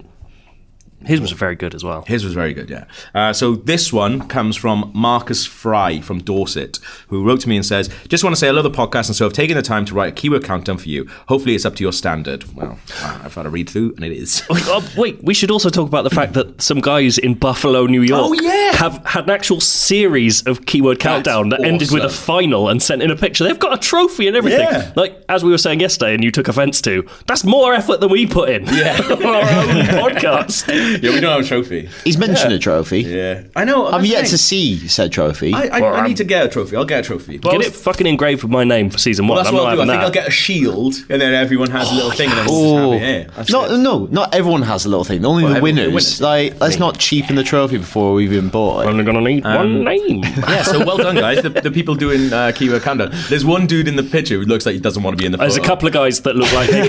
Speaker 3: His was very good as well.
Speaker 1: His was very good, yeah. Uh, so this one comes from Marcus Fry from Dorset, who wrote to me and says, "Just want to say I love the podcast, and so I've taken the time to write a keyword countdown for you. Hopefully, it's up to your standard." Well, uh, I've had a read through, and it is.
Speaker 3: Oh, wait, we should also talk about the fact that some guys in Buffalo, New York,
Speaker 1: Oh, yeah.
Speaker 3: have had an actual series of keyword countdown that ended with a
Speaker 1: awesome.
Speaker 3: final and sent in a picture. They've got a trophy and everything.
Speaker 1: Yeah.
Speaker 3: Like as we were saying yesterday, and you took offence to. That's more effort than we put in. Yeah, on our own podcast.
Speaker 1: yeah, we don't have a trophy.
Speaker 2: He's mentioned a trophy.
Speaker 1: Yeah, I know.
Speaker 2: I've
Speaker 1: that's
Speaker 2: yet
Speaker 1: the
Speaker 2: to
Speaker 1: thing.
Speaker 2: see said trophy.
Speaker 1: I, I, I need to get a trophy. I'll get a trophy. But
Speaker 3: Get it fucking engraved with my name for season one.
Speaker 1: that's
Speaker 3: I'm
Speaker 1: what
Speaker 3: not
Speaker 1: I'll do. I
Speaker 3: having
Speaker 1: think
Speaker 3: that.
Speaker 1: I'll get a shield, and then everyone has a little thing, and
Speaker 2: Oh.
Speaker 1: everyone's happy. Yeah, that's
Speaker 2: no,
Speaker 1: good.
Speaker 2: no, not everyone has a little thing. Only the
Speaker 1: everyone-
Speaker 2: winners.
Speaker 1: winners.
Speaker 2: Like, let's not cheapen the trophy before we've even bought it.
Speaker 3: Only gonna need one name.
Speaker 1: Um, Yeah, so well done, guys. The, the people doing uh, keyword countdown. There's one dude in the picture who looks like he doesn't want to be in the.
Speaker 3: There's a
Speaker 1: photo.
Speaker 3: couple of guys that look like they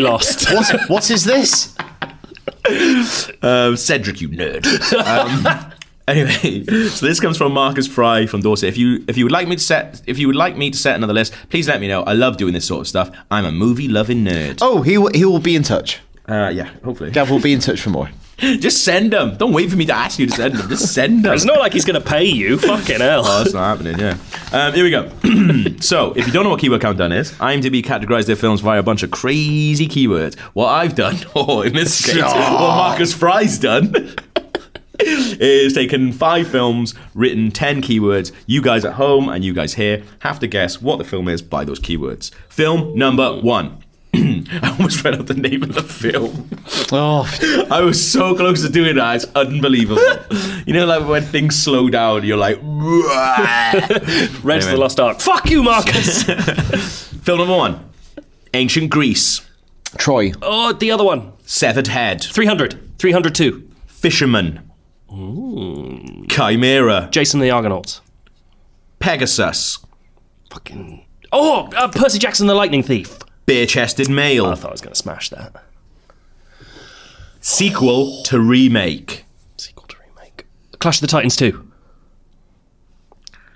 Speaker 3: lost.
Speaker 2: What, what is this?
Speaker 1: Uh, Cedric, you nerd. Um, anyway, so this comes from Marcus Fry from Dorset. If you if you would like me to set if you would like me to set another list, please let me know. I love doing this sort of stuff. I'm a movie loving nerd.
Speaker 2: Oh, he will, he will be in touch.
Speaker 1: Uh, yeah, hopefully.
Speaker 2: Gav will be in touch for more.
Speaker 1: Just send them. Don't wait for me to ask you to send them. Just send them.
Speaker 3: It's not like he's going to pay you. Fucking
Speaker 1: Oh,
Speaker 3: hell.
Speaker 1: that's not happening, yeah. Um, here we go. so, if you don't know what keyword countdown is, IMDb categorized their films via a bunch of crazy keywords. What I've done, or in this case, what Marcus Fry's done, is taken five films, written 10 keywords. You guys at home and you guys here have to guess what the film is by those keywords. Film number one. I almost read out the name of the film.
Speaker 2: Oh,
Speaker 1: I was so close to doing that. It's unbelievable. you know, like when things slow down, you're like,
Speaker 3: Reds of the Lost Ark. Fuck you, Marcus.
Speaker 1: Film number one Ancient Greece,
Speaker 2: Troy.
Speaker 3: oh, the other one.
Speaker 1: Severed Head,
Speaker 3: 300. 302.
Speaker 1: Fisherman, Chimera,
Speaker 3: Jason the Argonauts.
Speaker 1: Pegasus,
Speaker 3: Fucking. Oh, uh, Percy Jackson the Lightning Thief.
Speaker 1: Bare Chested Male,
Speaker 3: I thought I was going to smash that.
Speaker 1: sequel to remake.
Speaker 3: Sequel to remake. Clash of the Titans 2.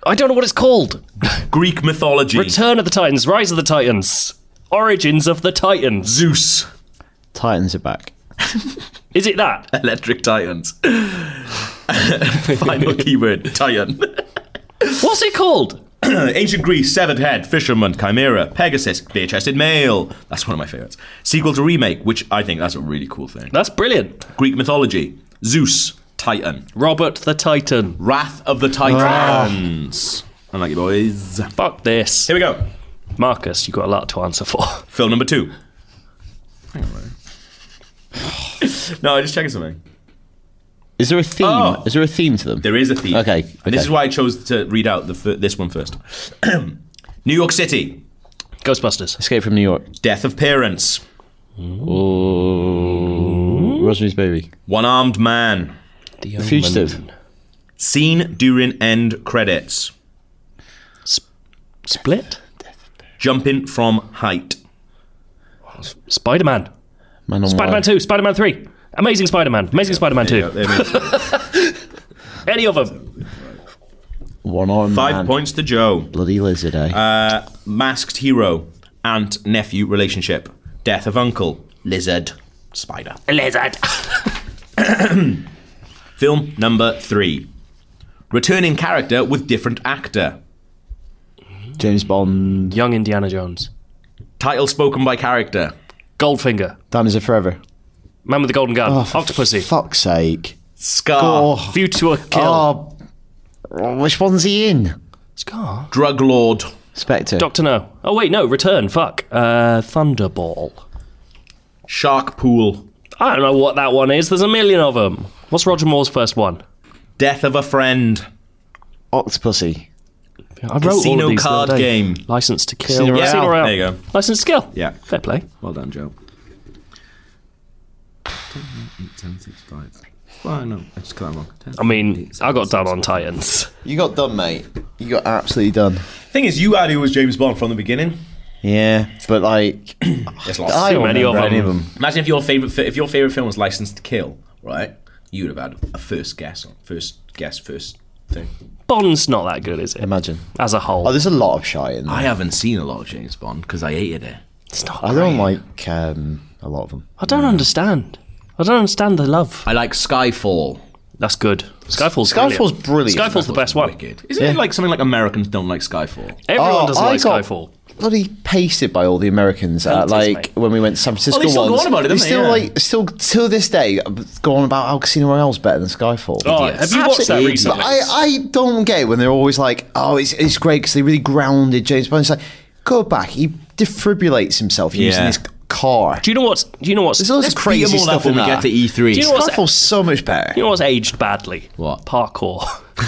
Speaker 3: I don't know what it's called.
Speaker 1: Greek mythology,
Speaker 3: Return of the Titans, Rise of the Titans, Origins of the Titans.
Speaker 1: Zeus,
Speaker 8: Titans are back.
Speaker 3: Is it that?
Speaker 1: Electric Titans. Final keyword Titan.
Speaker 3: What's it called?
Speaker 1: Ancient Greece, Severed Head, Fisherman, Chimera, Pegasus, Bare Chested Male. That's one of my favorites. Sequel to remake, which I think that's a really cool thing.
Speaker 3: That's brilliant.
Speaker 1: Greek mythology, Zeus, Titan.
Speaker 3: Robert the Titan.
Speaker 1: Wrath of the Titans. I like you boys. Here
Speaker 3: Fuck this.
Speaker 1: we go.
Speaker 3: Marcus, you've got a lot to answer for.
Speaker 1: Film number two. no, I'm just checking something.
Speaker 2: Is there a theme?
Speaker 1: Oh.
Speaker 2: Is there a theme to them?
Speaker 1: There is a theme.
Speaker 2: Okay,
Speaker 1: And
Speaker 2: okay.
Speaker 1: this is why I chose to read out the f- this one first. New York City,
Speaker 3: Ghostbusters.
Speaker 2: Escape from New York.
Speaker 1: Death of Parents,
Speaker 2: Rosemary's Baby.
Speaker 1: One Armed Man,
Speaker 3: The,
Speaker 2: Fugitive.
Speaker 1: Scene during End Credits,
Speaker 3: Split?
Speaker 1: Jumping from Height,
Speaker 3: Spider Man.
Speaker 2: Man on
Speaker 3: Spider Man
Speaker 2: Wire.
Speaker 3: 2, Spider Man 3. Amazing Spider Man. Amazing Spider Man 2.
Speaker 1: There we go.
Speaker 3: Any of them.
Speaker 8: One arm
Speaker 1: Five Uh,
Speaker 8: man,
Speaker 1: points to Joe.
Speaker 8: bloody lizard, eh?
Speaker 1: Masked hero, aunt nephew relationship, death of uncle, lizard, spider.
Speaker 3: Lizard.
Speaker 1: Film number three. Returning character with different actor.
Speaker 8: James Bond.
Speaker 3: Young Indiana Jones.
Speaker 1: Title spoken by character.
Speaker 3: Goldfinger.
Speaker 8: Diamonds are forever.
Speaker 3: Man with the Golden
Speaker 2: Oh,
Speaker 3: Gun. Octopussy.
Speaker 8: Fuck's sake.
Speaker 1: Scar.
Speaker 3: View to a Kill.
Speaker 8: Oh, which one's he in?
Speaker 3: Scar.
Speaker 1: Drug lord.
Speaker 8: Spectre.
Speaker 3: Doctor No. Oh wait, no. Return. Fuck. Uh, Thunderball.
Speaker 1: Shark pool.
Speaker 3: I don't know what that one is. There's a million of them. What's Roger Moore's first one?
Speaker 1: Death of a friend.
Speaker 8: Octopussy.
Speaker 3: I wrote all
Speaker 1: Casino
Speaker 3: of these the other
Speaker 1: card
Speaker 3: day.
Speaker 1: game.
Speaker 3: License to kill.
Speaker 8: Casino
Speaker 3: Casino
Speaker 8: Royale.
Speaker 1: There you go.
Speaker 3: License to kill.
Speaker 1: Yeah.
Speaker 3: Fair play.
Speaker 1: Well done, Joe. no, I just got that wrong.
Speaker 3: I mean, I got down on Titans.
Speaker 2: You got done, mate. You got absolutely done.
Speaker 1: Thing is, you had who was James Bond from the beginning.
Speaker 2: Yeah, but like,
Speaker 1: Yes, lost.
Speaker 2: I don't
Speaker 3: many of
Speaker 2: remember any
Speaker 3: them.
Speaker 2: of them.
Speaker 1: Imagine if your favorite fi- if your favorite film was Licensed to Kill, right? You would have had a first guess on first guess first thing.
Speaker 3: Bond's not that good, is it?
Speaker 2: Imagine.
Speaker 3: As a whole,
Speaker 2: Oh, there's a lot of shy in there.
Speaker 1: I haven't seen a lot of James Bond because I hated it.
Speaker 3: it's not.
Speaker 2: I
Speaker 3: great.
Speaker 2: don't like um, a lot of them.
Speaker 3: I don't understand. I don't understand the love.
Speaker 1: I like Skyfall.
Speaker 3: That's good. Skyfall's
Speaker 2: Skyfall's
Speaker 3: brilliant.
Speaker 2: brilliant.
Speaker 3: Skyfall's the best one.
Speaker 1: Wicked. Isn't it like something like Americans don't like Skyfall?
Speaker 3: Everyone
Speaker 2: Oh,
Speaker 3: doesn't
Speaker 2: I
Speaker 3: like
Speaker 2: got-
Speaker 3: Skyfall.
Speaker 2: bloody pasted by all the Americans. At,
Speaker 3: Penalties,
Speaker 2: like
Speaker 3: mate.
Speaker 2: when we went to San Francisco,
Speaker 1: still go
Speaker 2: once,
Speaker 1: on about it, don't they?
Speaker 2: still
Speaker 1: Yeah.
Speaker 2: like still till this day uh, go on about how Casino Royale's better than Skyfall.
Speaker 3: Oh, have you watched that
Speaker 2: Absolutely.
Speaker 3: recently?
Speaker 2: But I, I don't get it when they're always like, "Oh, it's it's great because they really grounded James Bond." It's like, go back. He defibrillates himself using
Speaker 1: Yeah.
Speaker 2: his car.
Speaker 3: Do you know what's? Do you know what's?
Speaker 2: There's loads of crazy stuff in
Speaker 1: when we get
Speaker 2: that.
Speaker 1: to E E3.
Speaker 3: Do you know what-
Speaker 2: Skyfall's so much better.
Speaker 3: You know what's aged badly?
Speaker 1: What?
Speaker 3: Parkour.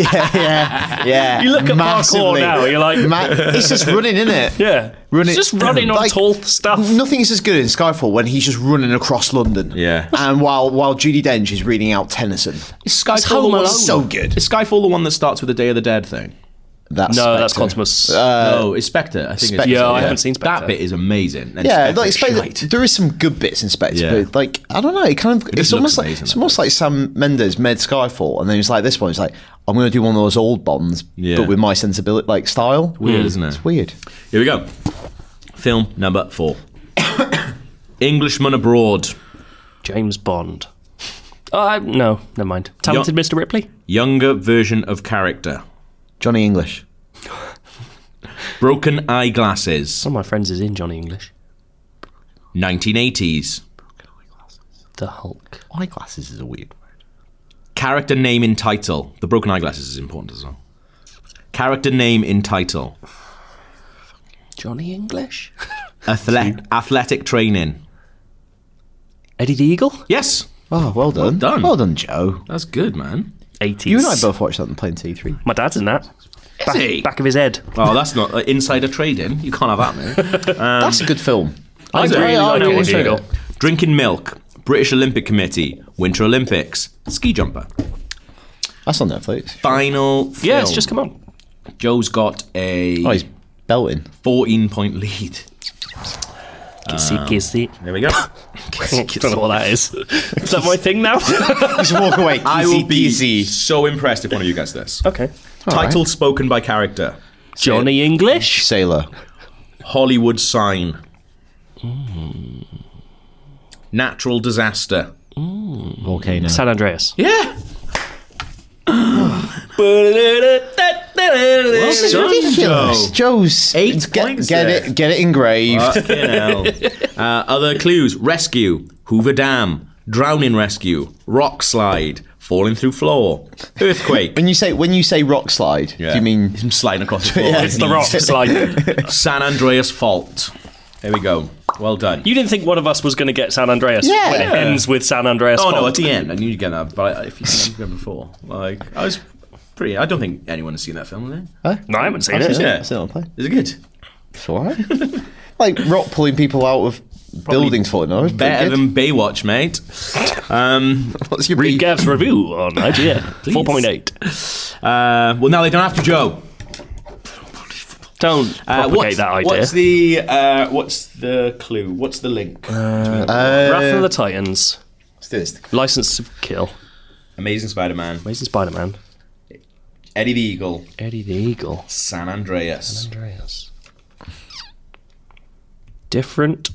Speaker 2: yeah, yeah, yeah.
Speaker 3: You look at parkour
Speaker 2: Massively.
Speaker 3: now, you're like,
Speaker 2: Ma- it's just running, isn't it?
Speaker 3: yeah.
Speaker 2: Running-
Speaker 3: It's just running on
Speaker 2: like,
Speaker 3: tall stuff.
Speaker 2: Nothing is as good in Skyfall when he's just running across London.
Speaker 1: Yeah.
Speaker 2: And while while Judy Dench is reading out Tennyson. Oh,
Speaker 1: Is Skyfall
Speaker 3: Home
Speaker 1: the one
Speaker 3: Alone.
Speaker 2: So good.
Speaker 1: Is Skyfall the one that starts with the Day of the Dead thing?
Speaker 2: That's
Speaker 3: no,
Speaker 2: Spectre.
Speaker 3: that's Cosmos.
Speaker 2: Uh,
Speaker 1: no, it's Spectre. I think
Speaker 2: Spectre,
Speaker 1: it's
Speaker 2: Yeah, I
Speaker 3: yeah. haven't seen Spectre.
Speaker 1: That bit is amazing. And
Speaker 2: Yeah, like
Speaker 1: Spectre's
Speaker 2: Spectre,
Speaker 1: shite.
Speaker 2: there is some good bits in Spectre,
Speaker 1: Yeah.
Speaker 2: but like I don't know, it kind of it's
Speaker 1: just
Speaker 2: almost
Speaker 1: looks
Speaker 2: like
Speaker 1: amazing,
Speaker 2: it's
Speaker 1: that
Speaker 2: almost like Sam Mendes made Skyfall, and then he's like this one, he's like I'm going to do one of those old Bonds,
Speaker 1: Yeah.
Speaker 2: but with my sensibility, like style.
Speaker 1: Hmm.
Speaker 2: Mm.
Speaker 1: Weird, isn't it?
Speaker 2: It's weird.
Speaker 1: Here we go. Film number four. Englishman abroad.
Speaker 3: James Bond. Oh, I, no, never mind. Talented Mr. Ripley.
Speaker 1: Younger version of character.
Speaker 2: Johnny English.
Speaker 1: Broken eyeglasses.
Speaker 3: One of my friends is in Johnny English.
Speaker 1: 1980s.
Speaker 3: The Hulk.
Speaker 2: Eyeglasses is a weird word.
Speaker 1: Character name in title. The broken eyeglasses is important as well. Character name in title.
Speaker 3: Johnny English.
Speaker 1: Athle- athletic training.
Speaker 3: Eddie the Eagle.
Speaker 1: Yes.
Speaker 2: Oh, well done. Well
Speaker 1: done.
Speaker 2: Well done, Joe.
Speaker 1: That's good, man.
Speaker 3: Eighties.
Speaker 2: You and I both watched that on Plane T3.
Speaker 3: My dad's in that. Back,
Speaker 1: he?
Speaker 3: back of his head.
Speaker 1: Oh, that's not uh, insider trading. You can't have that, man.
Speaker 2: That's a good film.
Speaker 3: I
Speaker 1: Is it?
Speaker 3: really like Eddie the
Speaker 1: Enjoyed
Speaker 3: Eagle.
Speaker 1: it. Drinking milk. British Olympic Committee. Winter Olympics. Ski jumper.
Speaker 2: That's on Netflix.
Speaker 1: Final. Film.
Speaker 3: Yeah, it's just come on.
Speaker 1: Joe's got
Speaker 2: Oh,
Speaker 1: a
Speaker 2: he's belting.
Speaker 1: 14 point lead. Um,
Speaker 3: Kissy, kissy.
Speaker 1: There we go.
Speaker 3: Don't know what that is. is that my thing now?
Speaker 5: Just walk away.
Speaker 1: I will be
Speaker 5: easy.
Speaker 1: so impressed if one of you gets this.
Speaker 3: okay.
Speaker 1: Title spoken by character.
Speaker 3: Johnny English.
Speaker 2: Sailor.
Speaker 1: Hollywood sign. Natural disaster.
Speaker 2: Volcano.
Speaker 3: San Andreas.
Speaker 1: Yeah.
Speaker 2: This is ridiculous. Joe's
Speaker 1: Eight
Speaker 2: get,
Speaker 1: points
Speaker 2: get
Speaker 1: there.
Speaker 2: it, get it engraved.
Speaker 1: Fucking hell. Uh, other clues rescue, Hoover Dam, drowning rescue, rock slide, falling through floor, earthquake.
Speaker 2: when you say when you say rock slide, do
Speaker 1: Yeah.
Speaker 2: you mean
Speaker 1: Him sliding across the floor?
Speaker 3: Mm. It's the rock slide.
Speaker 1: San Andreas fault. There we go. Well done.
Speaker 3: You didn't think one of us was going to get San Andreas
Speaker 2: Yeah.
Speaker 3: when it ends with San Andreas.
Speaker 1: oh no,
Speaker 3: Fault.
Speaker 1: at the end. I knew you'd get that, but if you've seen it before, like I was pretty. I don't think anyone has seen that film. Have they?
Speaker 3: No, I haven't seen
Speaker 2: Yeah,
Speaker 3: it.
Speaker 1: Yeah.
Speaker 2: that's it on plane.
Speaker 1: Is it good?
Speaker 2: It's alright. like rock pulling people out of buildings falling Oh, over.
Speaker 1: Better than Baywatch, mate.
Speaker 2: what's your
Speaker 3: Read
Speaker 2: beef?
Speaker 3: Gav's review on IGN. 4.8.
Speaker 1: Uh, well, now they don't have to, Joe.
Speaker 3: Don't
Speaker 1: Uh,
Speaker 3: propagate
Speaker 1: what's,
Speaker 3: that idea.
Speaker 1: what's the uh, what's the clue? What's the link?
Speaker 3: Wrath of
Speaker 1: uh,
Speaker 3: the Titans.
Speaker 2: Uh, What's this?
Speaker 3: License to Kill.
Speaker 1: Amazing Spider-Man,
Speaker 3: Amazing Spider-Man.
Speaker 1: Eddie the Eagle,
Speaker 3: Eddie the Eagle.
Speaker 1: San Andreas.
Speaker 3: Andreas. Different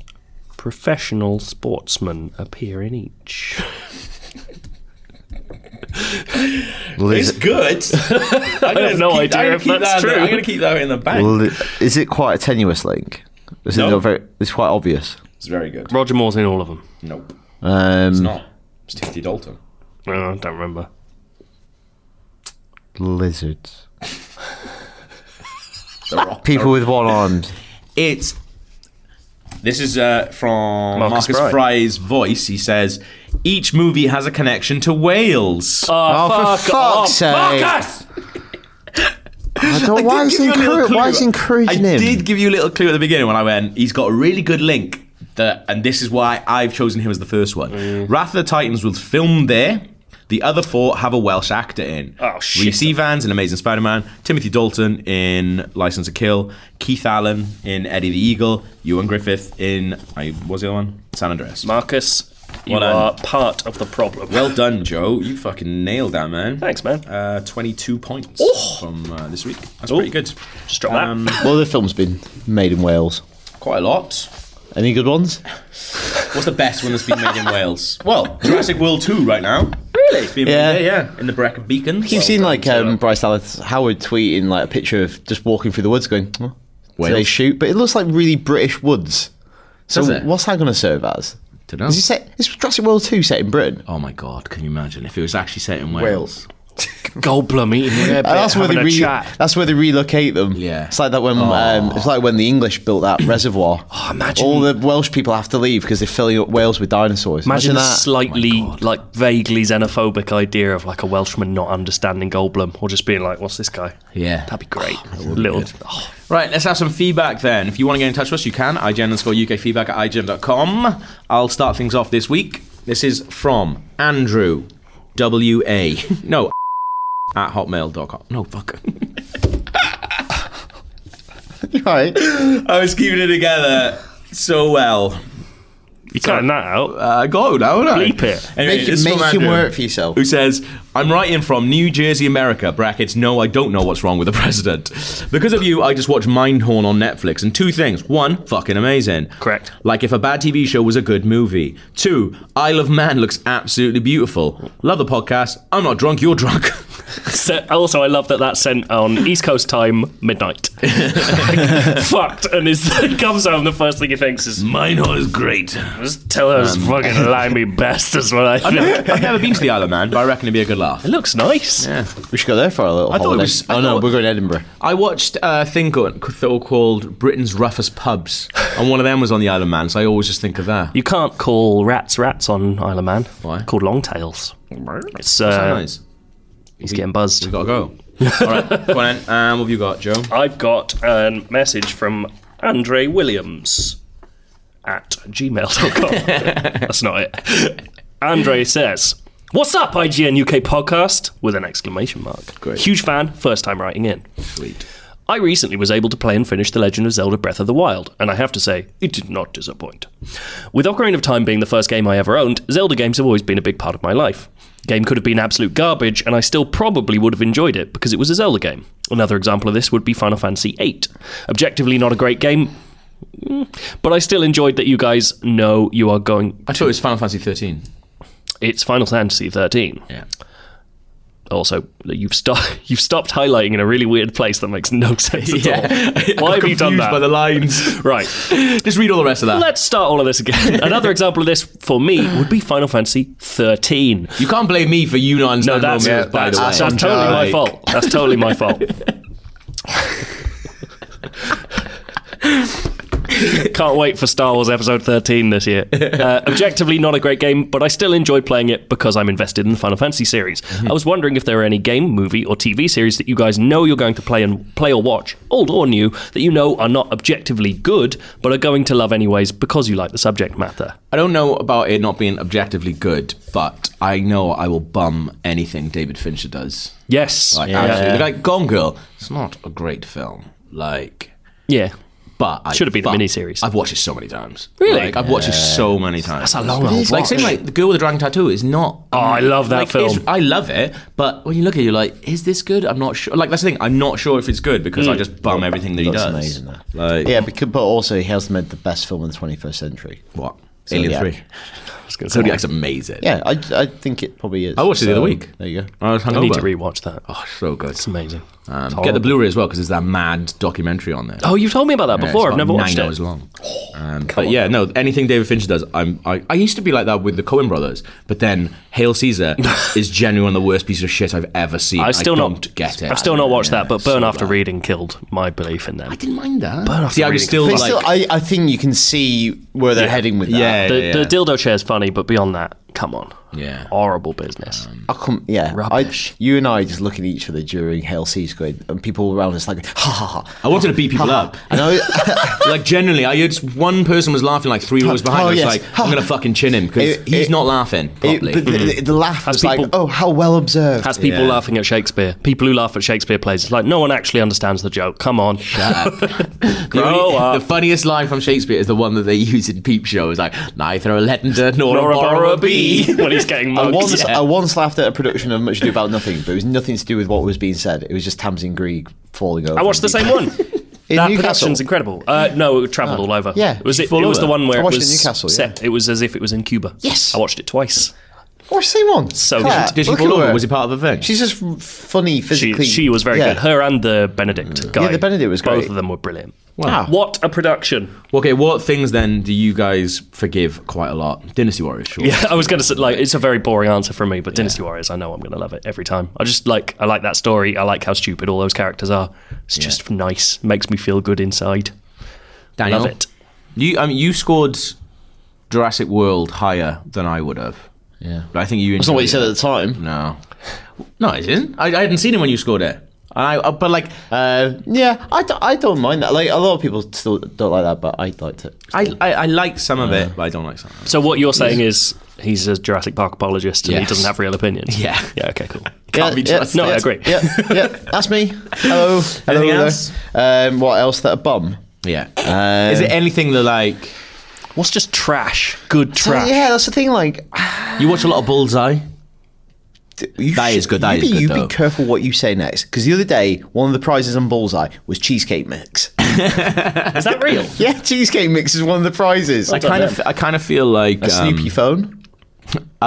Speaker 3: professional sportsmen appear in each.
Speaker 1: It's good. I
Speaker 3: have no idea if that's true.
Speaker 1: I'm gonna keep that in the bank.
Speaker 2: Well, is it quite a tenuous link? Is
Speaker 1: No.
Speaker 2: it not very, it's quite obvious.
Speaker 1: it's very good.
Speaker 3: Roger Moore's in all of them.
Speaker 1: Nope,
Speaker 2: Um,
Speaker 1: not. It's Timothy Dalton.
Speaker 3: No, I don't remember.
Speaker 2: lizards.
Speaker 1: The Rock.
Speaker 2: People with one arm.
Speaker 1: It's. This is uh, from
Speaker 3: Marcus
Speaker 1: Marcus,
Speaker 3: Fry.
Speaker 1: Fry's voice. He says, "Each movie has a connection to Wales."
Speaker 3: Uh, Ah,
Speaker 2: Oh, for fuck's sake!
Speaker 1: Marcus!
Speaker 2: I don't, why, is
Speaker 1: Did
Speaker 2: he
Speaker 1: give you a little
Speaker 2: encourage,
Speaker 1: clue.
Speaker 2: why is he encouraging
Speaker 1: I
Speaker 2: him?
Speaker 1: did give you a little clue at the beginning when I went, he's got a really good link, that, and this is why I've chosen him as the first one.
Speaker 3: Mm.
Speaker 1: Wrath of the Titans was filmed there. The other four have a Welsh actor in.
Speaker 3: Oh, shit.
Speaker 1: Reece Evans in Amazing Spider Man, Timothy Dalton in License to Kill, Keith Allen in Eddie the Eagle, Ewan Griffith in, I what was the other one? San Andreas.
Speaker 3: Marcus, you
Speaker 1: Well done.
Speaker 3: are part of the problem.
Speaker 1: well done, Joe. You fucking nailed that, man.
Speaker 3: Thanks, man. Oh!
Speaker 1: Uh, 22 points from uh, this week. That's pretty good. Um,
Speaker 3: Just drop that.
Speaker 2: Well, the film's been made in Wales.
Speaker 1: Quite a lot.
Speaker 2: Any good ones?
Speaker 1: What's the best one that's been made in Wales? Well, Jurassic World 2 right now. Really? It's being
Speaker 2: Yeah.
Speaker 1: made there, yeah. In the Brecon Beacon.
Speaker 2: You've seen like um, Bryce Dallas Howard tweeting like a picture of just walking through the woods, going, oh, do they shoot?" But it looks like really British woods. So
Speaker 1: Does it?
Speaker 2: what's that going to serve as?
Speaker 1: Dunno.
Speaker 2: Is it set? Is Jurassic World two set in Britain?
Speaker 1: Oh my god, can you imagine if it was actually set in
Speaker 2: Wales.
Speaker 3: Goldblum eating their
Speaker 2: And that's where they
Speaker 3: having a
Speaker 2: re-
Speaker 3: chat.
Speaker 2: that's where they relocate them.
Speaker 1: Yeah.
Speaker 2: it's like that when um, it's like when the English built that reservoir.
Speaker 3: Oh, imagine-
Speaker 2: all the Welsh people have to leave because they're filling up Wales with dinosaurs.
Speaker 3: Imagine Oh the
Speaker 2: that.
Speaker 3: slightly, like, vaguely xenophobic idea of like a Welshman not understanding Goldblum, or just being like, "What's this guy?"
Speaker 1: Yeah.
Speaker 3: That'd be great. Little. oh,
Speaker 1: Right, let's have some feedback then. If you want to get in touch with us, you can. IGN underscore UK feedback at IGN.com. I'll start things off this week. This is from Andrew W.A. No, at hotmail.com. No, fuck.
Speaker 2: right?
Speaker 1: I was keeping it together so well.
Speaker 3: You're cutting that out.
Speaker 1: Uh, I go now, don't I?
Speaker 3: Bleep it.
Speaker 1: Anyway,
Speaker 5: Make-
Speaker 1: this is from
Speaker 5: make him
Speaker 1: Andrew,
Speaker 5: work for yourself.
Speaker 1: Who says, I'm writing from New Jersey, America, brackets, no, I don't know what's wrong with the president. Because of you, I just watched Mindhorn on Netflix, and two things. One, fucking amazing.
Speaker 3: Correct.
Speaker 1: Like if a bad TV show was a good movie. Two, Isle of Man looks absolutely beautiful. Love the podcast. I'm not drunk, you're drunk.
Speaker 3: So, also, I love that that's sent on East Coast time midnight. fucked, and it's, it comes home. The first thing he thinks is,
Speaker 1: Mindhorn is great.
Speaker 3: "Just tell those fucking limey bastards what I think."
Speaker 1: I've never been to the Isle of Man, but I reckon it'd be a good laugh.
Speaker 3: It looks nice.
Speaker 5: We should go there for a little
Speaker 1: I thought it
Speaker 5: holiday.
Speaker 1: was- I
Speaker 5: oh no,
Speaker 1: thought-
Speaker 5: we're going to Edinburgh.
Speaker 1: I watched a thing go- called Britain's Roughest Pubs, and one of them was on the Isle of Man, so I always just think of that.
Speaker 3: You can't call rats rats on Isle of Man.
Speaker 1: Why?
Speaker 3: They're Called long tails. It's uh,
Speaker 1: so nice.
Speaker 3: he's getting buzzed.
Speaker 1: Gotta go. All right, go on. then. Um, what have you got, Joe?
Speaker 3: I've got a message from Andre Williams at gmail.com. That's not it. Andre says, What's up, IGN UK podcast? With an exclamation mark.
Speaker 1: Great.
Speaker 3: Huge fan, first time writing in.
Speaker 1: Sweet.
Speaker 3: I recently was able to play and finish The Legend of Zelda Breath of the Wild, and I have to say, it did not disappoint. With Ocarina of Time being the first game I ever owned, Zelda games have always been a big part of my life. Game could have been absolute garbage, and I still probably would have enjoyed it because it was a Zelda game. Another example of this would be Final Fantasy VIII. Objectively, not a great game, mm, but I still enjoyed that you guys know you are going.
Speaker 1: I thought it was Final Fantasy 13.
Speaker 3: It's Final Fantasy XIII.
Speaker 1: Yeah.
Speaker 3: Also, you've stopped you've stopped highlighting in a really weird place that makes no sense at all. Why
Speaker 1: I'm
Speaker 3: have you done
Speaker 1: confused
Speaker 3: that?
Speaker 1: By the lines.
Speaker 3: right.
Speaker 1: just read all the rest of that.
Speaker 3: Let's start all of this again. Another example of this for me would be Final Fantasy 13.
Speaker 1: you can't blame me for you not
Speaker 3: No,
Speaker 1: understanding
Speaker 3: that's,
Speaker 1: what I'm doing,
Speaker 3: that's,
Speaker 1: by the
Speaker 3: that's
Speaker 1: way.
Speaker 3: totally my fault. That's totally my fault. Can't wait for Star Wars Episode 13 this year. Uh, objectively, not a great game, but I still enjoyed playing it because I'm invested in the Final Fantasy series.
Speaker 1: Mm-hmm.
Speaker 3: I was wondering if there were any game, movie, or TV series that you guys know you're going to play and play or watch, old or new, that you know are not objectively good, but are going to love anyways because you like the subject matter.
Speaker 1: I don't know about it not being objectively good, but I know I will bum anything David Fincher does.
Speaker 3: Yes.
Speaker 1: Like,
Speaker 3: yeah.
Speaker 1: absolutely. Like, Gone Girl, it's not a great film. Like,
Speaker 3: yeah.
Speaker 1: but I
Speaker 3: Should have been a
Speaker 1: fuck-
Speaker 3: miniseries.
Speaker 1: I've watched it so many times.
Speaker 3: Really?
Speaker 1: Like, I've watched it so many times.
Speaker 3: That's a long old
Speaker 1: Like,
Speaker 3: watch.
Speaker 1: same like The Girl with the Dragon Tattoo is not.
Speaker 3: Oh, I love that
Speaker 1: like,
Speaker 3: film.
Speaker 1: it's- I love it, but when you look at it, you're like, is this good? I'm not sure. Like, that's the thing. I'm not sure if it's good because
Speaker 3: Mm.
Speaker 1: I just bum everything that he
Speaker 2: That's
Speaker 1: does.
Speaker 2: amazing, though.
Speaker 1: Like,
Speaker 2: Yeah, because, but also he has made the best film in the 21st century.
Speaker 1: what? Alien
Speaker 2: yeah.
Speaker 1: 3.
Speaker 3: I was gonna say,
Speaker 1: Zodiac's amazing.
Speaker 2: Yeah, I, I think it probably is.
Speaker 1: I watched it the other
Speaker 2: So,
Speaker 1: week.
Speaker 2: There you go.
Speaker 1: I was
Speaker 3: I
Speaker 1: hungover.
Speaker 3: need to rewatch that.
Speaker 1: Oh, so good.
Speaker 3: It's amazing. It's
Speaker 1: Um, Get the
Speaker 3: horrible.
Speaker 1: Blu-ray as well because there's that mad documentary on there.
Speaker 3: Oh, you've told me about that
Speaker 1: Yeah,
Speaker 3: before.
Speaker 1: it's
Speaker 3: I've never
Speaker 1: about
Speaker 3: watched
Speaker 1: nine
Speaker 3: it. Oh,
Speaker 1: hours long. Um, but yeah, no, anything David Fincher does, I'm, I, I used to be like that with the Coen brothers, but then Hail Caesar is genuinely one of the worst pieces of shit I've ever seen.
Speaker 3: I've still
Speaker 1: I
Speaker 3: not
Speaker 1: don't get it.
Speaker 3: I've still not watched that. But
Speaker 1: so
Speaker 3: Burn After
Speaker 1: bad.
Speaker 3: Reading killed my belief in them.
Speaker 1: I didn't mind that.
Speaker 3: After
Speaker 1: See, I was
Speaker 3: Reading.
Speaker 1: still
Speaker 2: But
Speaker 1: like,
Speaker 2: still, I, I think you can see where they're heading with that.
Speaker 1: yeah,
Speaker 3: The,
Speaker 1: yeah,
Speaker 3: the
Speaker 1: yeah.
Speaker 3: dildo chair's funny, but beyond that, come on.
Speaker 1: Yeah. Um,
Speaker 3: Horrible business.
Speaker 2: I come, yeah. I,
Speaker 3: Rubbish.
Speaker 2: you and I just looking at each other during Hail Seas going, and people around us like, ha ha ha.
Speaker 1: I wanted to beat people up.
Speaker 2: And I,
Speaker 1: like generally, I heard one person was laughing like three rows behind.
Speaker 2: oh,
Speaker 1: I was
Speaker 2: yes.
Speaker 1: like, I'm gonna fucking chin him because
Speaker 2: It-
Speaker 1: he's
Speaker 2: it-
Speaker 1: not laughing
Speaker 2: it,
Speaker 1: properly.
Speaker 2: but the, the, the laugh was like,
Speaker 3: people-
Speaker 2: oh, how well observed.
Speaker 3: Has people laughing at Shakespeare. People who laugh at Shakespeare plays. It's like no one actually understands the joke. Come on.
Speaker 1: The,
Speaker 3: Grow
Speaker 1: only-
Speaker 3: up.
Speaker 1: the funniest line from Shakespeare is the one that they use in Peep Show. Is like, neither a lender nor,
Speaker 3: Or
Speaker 1: a borrower be.
Speaker 3: when he's getting
Speaker 2: I
Speaker 3: mugged.
Speaker 2: once,
Speaker 3: Yeah.
Speaker 2: I once laughed at a production of Much Ado About Nothing, but it was nothing to do with what was being said. It was just Tamsin Grieg falling over.
Speaker 3: I watched the
Speaker 2: and
Speaker 3: same
Speaker 2: being-
Speaker 3: one. that
Speaker 2: Newcastle.
Speaker 3: production's incredible. Uh, no, it
Speaker 1: Oh.
Speaker 3: travelled all over.
Speaker 2: Yeah.
Speaker 3: was it?
Speaker 2: Full
Speaker 3: It was
Speaker 2: over.
Speaker 3: the one where
Speaker 2: I watched
Speaker 3: it
Speaker 2: it in
Speaker 3: was
Speaker 2: Newcastle, yeah.
Speaker 3: set. It was as if it was in Cuba.
Speaker 2: Yes.
Speaker 3: I watched it twice.
Speaker 2: Watched "Oh, the same one.
Speaker 3: So
Speaker 2: Claire,
Speaker 3: did-
Speaker 1: Did she
Speaker 2: look
Speaker 1: fall
Speaker 2: at
Speaker 1: over?
Speaker 2: her.
Speaker 1: Was he part of the thing?
Speaker 2: She's just f- funny
Speaker 3: She,
Speaker 2: physically.
Speaker 3: she was very
Speaker 2: Yeah. Mm.
Speaker 3: good. Her and the Benedict guy.
Speaker 2: the Benedict was
Speaker 3: Both
Speaker 2: great.
Speaker 3: of them were brilliant.
Speaker 2: Wow.
Speaker 3: What a production!
Speaker 1: Okay, what things then do you guys forgive quite a lot? Dynasty Warriors, sure.
Speaker 3: Yeah, I was going to say like it's a very boring answer from me, but Dynasty Warriors, I know I'm going to love it every time. I just like I like that story. I like how stupid all those characters are. It's just nice. Makes me feel good inside.
Speaker 1: Daniel,
Speaker 3: Love it.
Speaker 1: You, I mean, you scored Jurassic World higher than I would have. Yeah, but I think you.
Speaker 5: That's not what you said at the time.
Speaker 1: No, no, it isn't. I, I hadn't seen it when you scored it. I, uh, but like,
Speaker 2: Uh, yeah, I don't, I don't mind that. Like a lot of people still don't like that, but I liked it.
Speaker 1: I, I, I like some of it, but I don't like some. Of it.
Speaker 3: So what you're saying is he's a Jurassic Park apologist and he
Speaker 1: Yes.
Speaker 3: doesn't have real opinions.
Speaker 1: Yeah.
Speaker 3: Yeah. Okay. Cool.
Speaker 1: Can't be trusted.
Speaker 3: No, I agree.
Speaker 2: Yeah, yeah, that's me. Hello, hello.
Speaker 1: Anything
Speaker 2: there.
Speaker 1: else?
Speaker 2: Um, what else? That a bum?
Speaker 1: Yeah. Is it anything that like?
Speaker 3: What's just trash? Good
Speaker 9: So,
Speaker 3: trash.
Speaker 9: yeah, that's the thing. Like,
Speaker 1: You watch a lot of Bullseye.
Speaker 2: You
Speaker 1: That
Speaker 2: should-
Speaker 1: is good, that
Speaker 2: you
Speaker 1: is
Speaker 2: be,
Speaker 1: good,
Speaker 2: You
Speaker 1: though.
Speaker 2: be careful what you say next, because the other day one of the prizes on Bullseye was cheesecake mix.
Speaker 3: Is that real?
Speaker 2: yeah, cheesecake mix is one of the prizes.
Speaker 1: I kind of, I kind of feel like
Speaker 2: a
Speaker 1: um,
Speaker 2: Snoopy phone.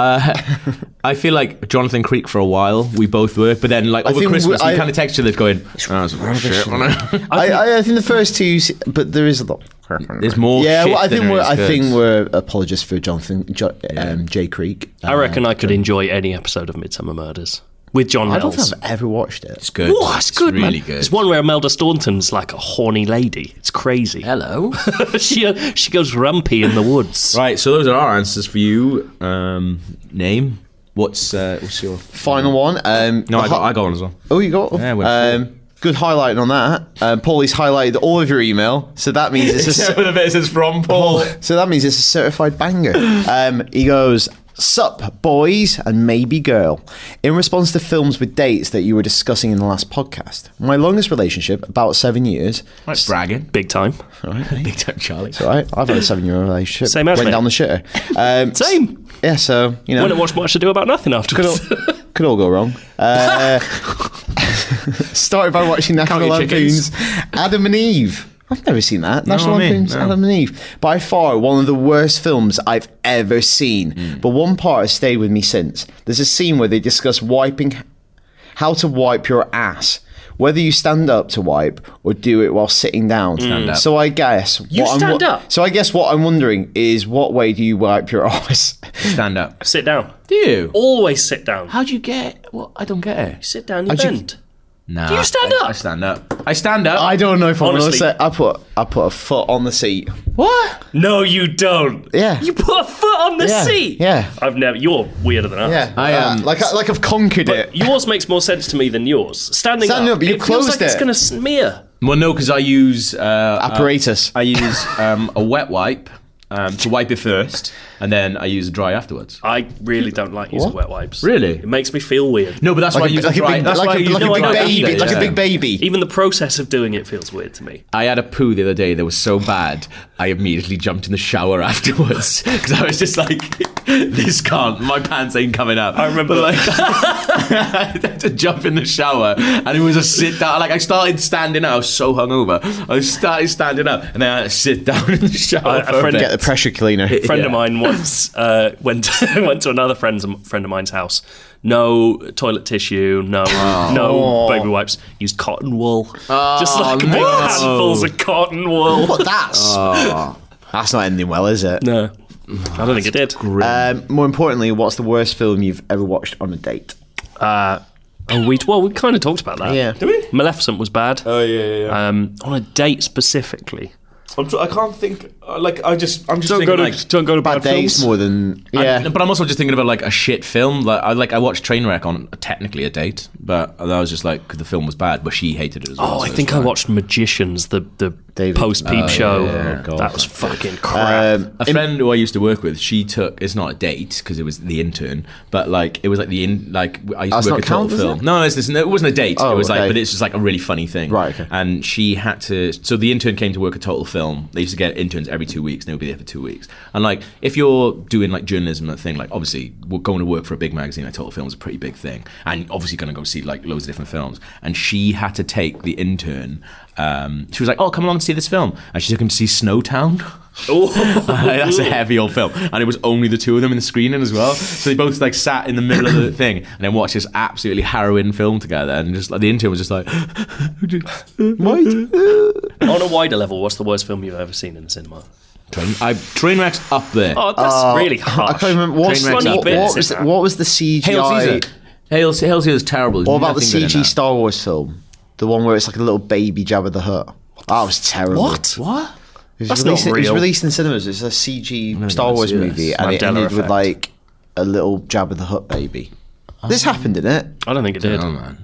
Speaker 1: I feel like Jonathan Creek for a while. We both were, but then like over
Speaker 2: think we-
Speaker 1: Christmas, we
Speaker 2: I-
Speaker 1: kind of text each other going, oh, it's shit, wasn't it?"
Speaker 2: I, I, I think the first two, se- but there is a lot.
Speaker 1: "There's more."
Speaker 2: yeah,
Speaker 1: shit
Speaker 2: well, I
Speaker 1: than
Speaker 2: think
Speaker 1: there
Speaker 2: we're
Speaker 1: is
Speaker 2: I
Speaker 1: good.
Speaker 2: think we're apologists for Jonathan jo, um, J Creek.
Speaker 3: I reckon I could enjoy any episode of Midsummer Murders with John
Speaker 2: Uh, I don't
Speaker 3: Mills.
Speaker 2: think I've ever watched it.
Speaker 1: it's good.
Speaker 3: Oh, it's good,
Speaker 1: really
Speaker 3: man.
Speaker 1: good.
Speaker 3: It's one where Imelda Staunton's like a horny lady. It's crazy.
Speaker 1: Hello.
Speaker 3: she uh, she goes rumpy in the woods.
Speaker 1: right, so those are our answers for you. Um, name. What's uh, what's your?
Speaker 2: Final one. Um,
Speaker 1: No,
Speaker 2: the
Speaker 1: I
Speaker 2: hot-
Speaker 1: got, I got one as well.
Speaker 2: Oh, you got one?
Speaker 1: Yeah, we're
Speaker 2: um, good highlighting on that. Um, Paulie's highlighted all of your email, so that means it's a cer-
Speaker 1: the bit that says from Paul.
Speaker 2: so that means it's a certified banger. Um, he goes. Sup, boys, and maybe girl. In response to films with dates that you were discussing in the last podcast, my longest relationship, about seven years.
Speaker 1: That's bragging.
Speaker 3: Big time.
Speaker 1: Big time, Charlie.
Speaker 2: Right, I've had a seven-year relationship.
Speaker 3: Same as
Speaker 2: went
Speaker 3: me.
Speaker 2: down the shitter. Um,
Speaker 3: Same.
Speaker 2: yeah, so you know,
Speaker 3: When I watched What I Should Do About Nothing
Speaker 2: could
Speaker 3: afterwards.
Speaker 2: all, could all go wrong. Uh, started by watching National
Speaker 1: Count your chickens.
Speaker 2: Lampoon's Adam and Eve. I've never seen that. National
Speaker 1: I mean,
Speaker 2: Lampoon's
Speaker 1: no.
Speaker 2: Adam and Eve. By far, one of the worst films I've ever seen. But one part has stayed with me since. There's a scene where they discuss wiping, how to wipe your ass. Whether you stand up to wipe or do it while sitting down.
Speaker 1: up.
Speaker 2: So I guess what
Speaker 3: You
Speaker 2: I'm
Speaker 3: stand
Speaker 2: wo-
Speaker 3: up?
Speaker 2: So I guess what I'm wondering is what way do you wipe your ass?
Speaker 1: Stand up.
Speaker 3: sit down.
Speaker 1: Do you?
Speaker 3: Always sit down.
Speaker 1: How'd you get? Well, I don't get it.
Speaker 3: sit down, you
Speaker 2: you-
Speaker 3: bend.
Speaker 1: Nah.
Speaker 3: Do you stand
Speaker 1: I,
Speaker 3: up?
Speaker 1: I stand up. I stand up.
Speaker 2: I don't know if I'm gonna
Speaker 3: Honestly.
Speaker 2: say I put I put a foot on the seat.
Speaker 1: what?
Speaker 3: No, you don't.
Speaker 2: Yeah.
Speaker 3: You put a foot on the
Speaker 2: Yeah,
Speaker 3: seat.
Speaker 2: yeah.
Speaker 3: I've never. You're weirder than I.
Speaker 2: Yeah,
Speaker 1: I, um,
Speaker 2: like I, like I've conquered it.
Speaker 3: Yours makes more sense to me than yours. Standing
Speaker 2: Standing
Speaker 3: up,
Speaker 2: up, you
Speaker 3: it feels like
Speaker 2: closed
Speaker 3: it's
Speaker 2: it.
Speaker 3: going to smear.
Speaker 1: Well, no, because I use uh,
Speaker 2: Apparatus.
Speaker 1: I use um, a wet wipe um, to wipe it first, and then I use a dry afterwards.
Speaker 3: I really don't like using wet wipes.
Speaker 1: Really?
Speaker 3: It makes me feel weird.
Speaker 1: No, but that's why I
Speaker 2: like a,
Speaker 1: use
Speaker 2: like
Speaker 1: a
Speaker 2: a
Speaker 1: dry.
Speaker 2: big,
Speaker 1: that's why I
Speaker 2: like a,
Speaker 1: use
Speaker 2: like a
Speaker 1: dry
Speaker 2: big
Speaker 1: after,
Speaker 2: baby, like
Speaker 1: yeah.
Speaker 2: a big baby.
Speaker 3: Even the process of doing it feels weird to me.
Speaker 1: I had a poo the other day that was so bad, I immediately jumped in the shower afterwards because I was just like, "This can't, my pants ain't coming up." I
Speaker 3: remember-
Speaker 1: like, I had to jump in the shower, and it was a sit down. Like I started standing up, I was so hungover. I started standing up, and then I had to sit down in the shower.
Speaker 3: a
Speaker 1: for a
Speaker 3: friend-
Speaker 1: bit.
Speaker 2: Get the pressure cleaner.
Speaker 3: friend
Speaker 1: Yeah.
Speaker 3: of mine once uh, went went to another friend's friend of mine's house. No toilet tissue, no no baby wipes. Used cotton wool, just like big
Speaker 1: no.
Speaker 3: handfuls of cotton wool.
Speaker 2: But that's that's not ending well, is it?
Speaker 3: No, I don't think it did.
Speaker 2: Um, more importantly, what's the worst film you've ever watched on a date?
Speaker 3: Oh, we well we kind of talked about that.
Speaker 2: Yeah. Did
Speaker 3: we? Maleficent was bad. Oh yeah, yeah.
Speaker 1: Uh,
Speaker 3: yeah. Um, on a date specifically.
Speaker 1: I'm tr- I can't think. uh, Like I just, I'm just thinking like.
Speaker 3: don't go to
Speaker 2: Bad dates more than yeah.
Speaker 1: I- but I'm also just thinking about like a shit film. Like I like I watched Trainwreck on technically a date, but I was just like 'cause the film was bad, but she hated it as well.
Speaker 3: Oh, I
Speaker 1: so it's
Speaker 3: think I
Speaker 1: fine.
Speaker 3: watched Magicians, the the
Speaker 2: David-
Speaker 3: post peep show.
Speaker 1: yeah. Oh, God.
Speaker 3: that was fucking crap.
Speaker 2: um,
Speaker 1: A friend who I used to work with, she took. It's not a date because it was the intern, but like it was like the in like I used
Speaker 2: That's
Speaker 1: to work
Speaker 2: not
Speaker 1: at Total
Speaker 2: count, is
Speaker 1: Film.
Speaker 2: it?
Speaker 1: No, it's, it's, no, it wasn't a date.
Speaker 2: Oh,
Speaker 1: it was like,
Speaker 2: okay.
Speaker 1: but it's just like a really funny thing,
Speaker 2: Right, okay.
Speaker 1: And she had to. So the intern came to work at Total Film. They used to get interns every two weeks, and they would be there for two weeks. And like, if you're doing like journalism and thing, like obviously we're going to work for a big magazine like Total Film is a pretty big thing, and obviously going to go see like loads of different films. And she had to take the intern. Um, she was like, "Oh, come along and see this film," and she took him to see Snowtown. That's a heavy old film, and it was only the two of them in the screening as well. So they both like sat in the middle of the thing and then watched this absolutely harrowing film together. And just like the intern was just like,
Speaker 3: on a wider level, what's the worst film you've ever seen in the cinema?
Speaker 1: train, I, Trainwreck's up there.
Speaker 3: Oh, that's
Speaker 1: Uh,
Speaker 3: really harsh.
Speaker 2: I can't remember what's,
Speaker 1: Trainwreck's
Speaker 2: what,
Speaker 1: up
Speaker 2: what,
Speaker 1: there.
Speaker 2: was, what was the CGI?
Speaker 1: Hail Caesar. Hail, Hail Caesar's terrible. There's
Speaker 2: What about the
Speaker 1: nothing good in
Speaker 2: CG
Speaker 1: that.
Speaker 2: Star Wars film? The one where it's like a little baby Jabba the Hutt. That was terrible.
Speaker 3: What? What?
Speaker 2: It was,
Speaker 3: That's
Speaker 2: released,
Speaker 3: not
Speaker 2: it was
Speaker 3: real.
Speaker 2: released in cinemas. It's a CG Star
Speaker 1: I've
Speaker 2: Wars
Speaker 1: seen
Speaker 2: movie,
Speaker 1: this.
Speaker 2: and it
Speaker 3: Mandela
Speaker 2: ended with
Speaker 3: effect. Oh.
Speaker 2: like a little Jabba the Hutt baby. This happened in it.
Speaker 3: I don't think it did.
Speaker 1: Oh man,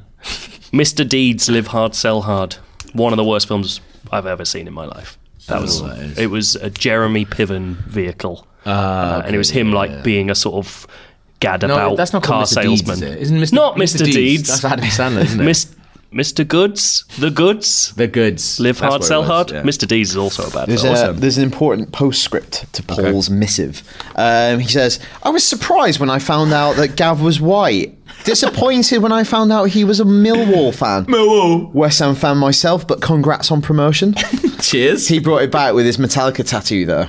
Speaker 3: Mr. Deeds, Live Hard, Sell Hard. One of the worst films I've ever seen in my life. That was
Speaker 1: what it is. Ah,
Speaker 3: it was a Jeremy Piven vehicle, uh, and it was him like being a sort of gadabout
Speaker 1: that's not
Speaker 3: car
Speaker 1: called Mr. Deeds,
Speaker 3: salesman.
Speaker 1: is it? Isn't Mr.
Speaker 3: not
Speaker 1: Mr.
Speaker 3: Deeds?
Speaker 1: That's Adam Sandler, isn't it?
Speaker 3: Miss Mr. Goods, The Goods,
Speaker 1: The goods.
Speaker 3: Live
Speaker 1: That's
Speaker 3: Hard,
Speaker 1: what it
Speaker 3: Sell
Speaker 1: was,
Speaker 3: Hard.
Speaker 1: yeah.
Speaker 3: Mr. D's is also a bad
Speaker 5: There's,
Speaker 3: film.
Speaker 5: a, there's an important postscript to Paul's missive. Um, he says, I was surprised when I found out that Gav was white. Disappointed when I found out he was a Millwall fan. Millwall. West Ham fan myself, but congrats on promotion.
Speaker 1: Cheers.
Speaker 5: he brought it back with his Metallica tattoo, though.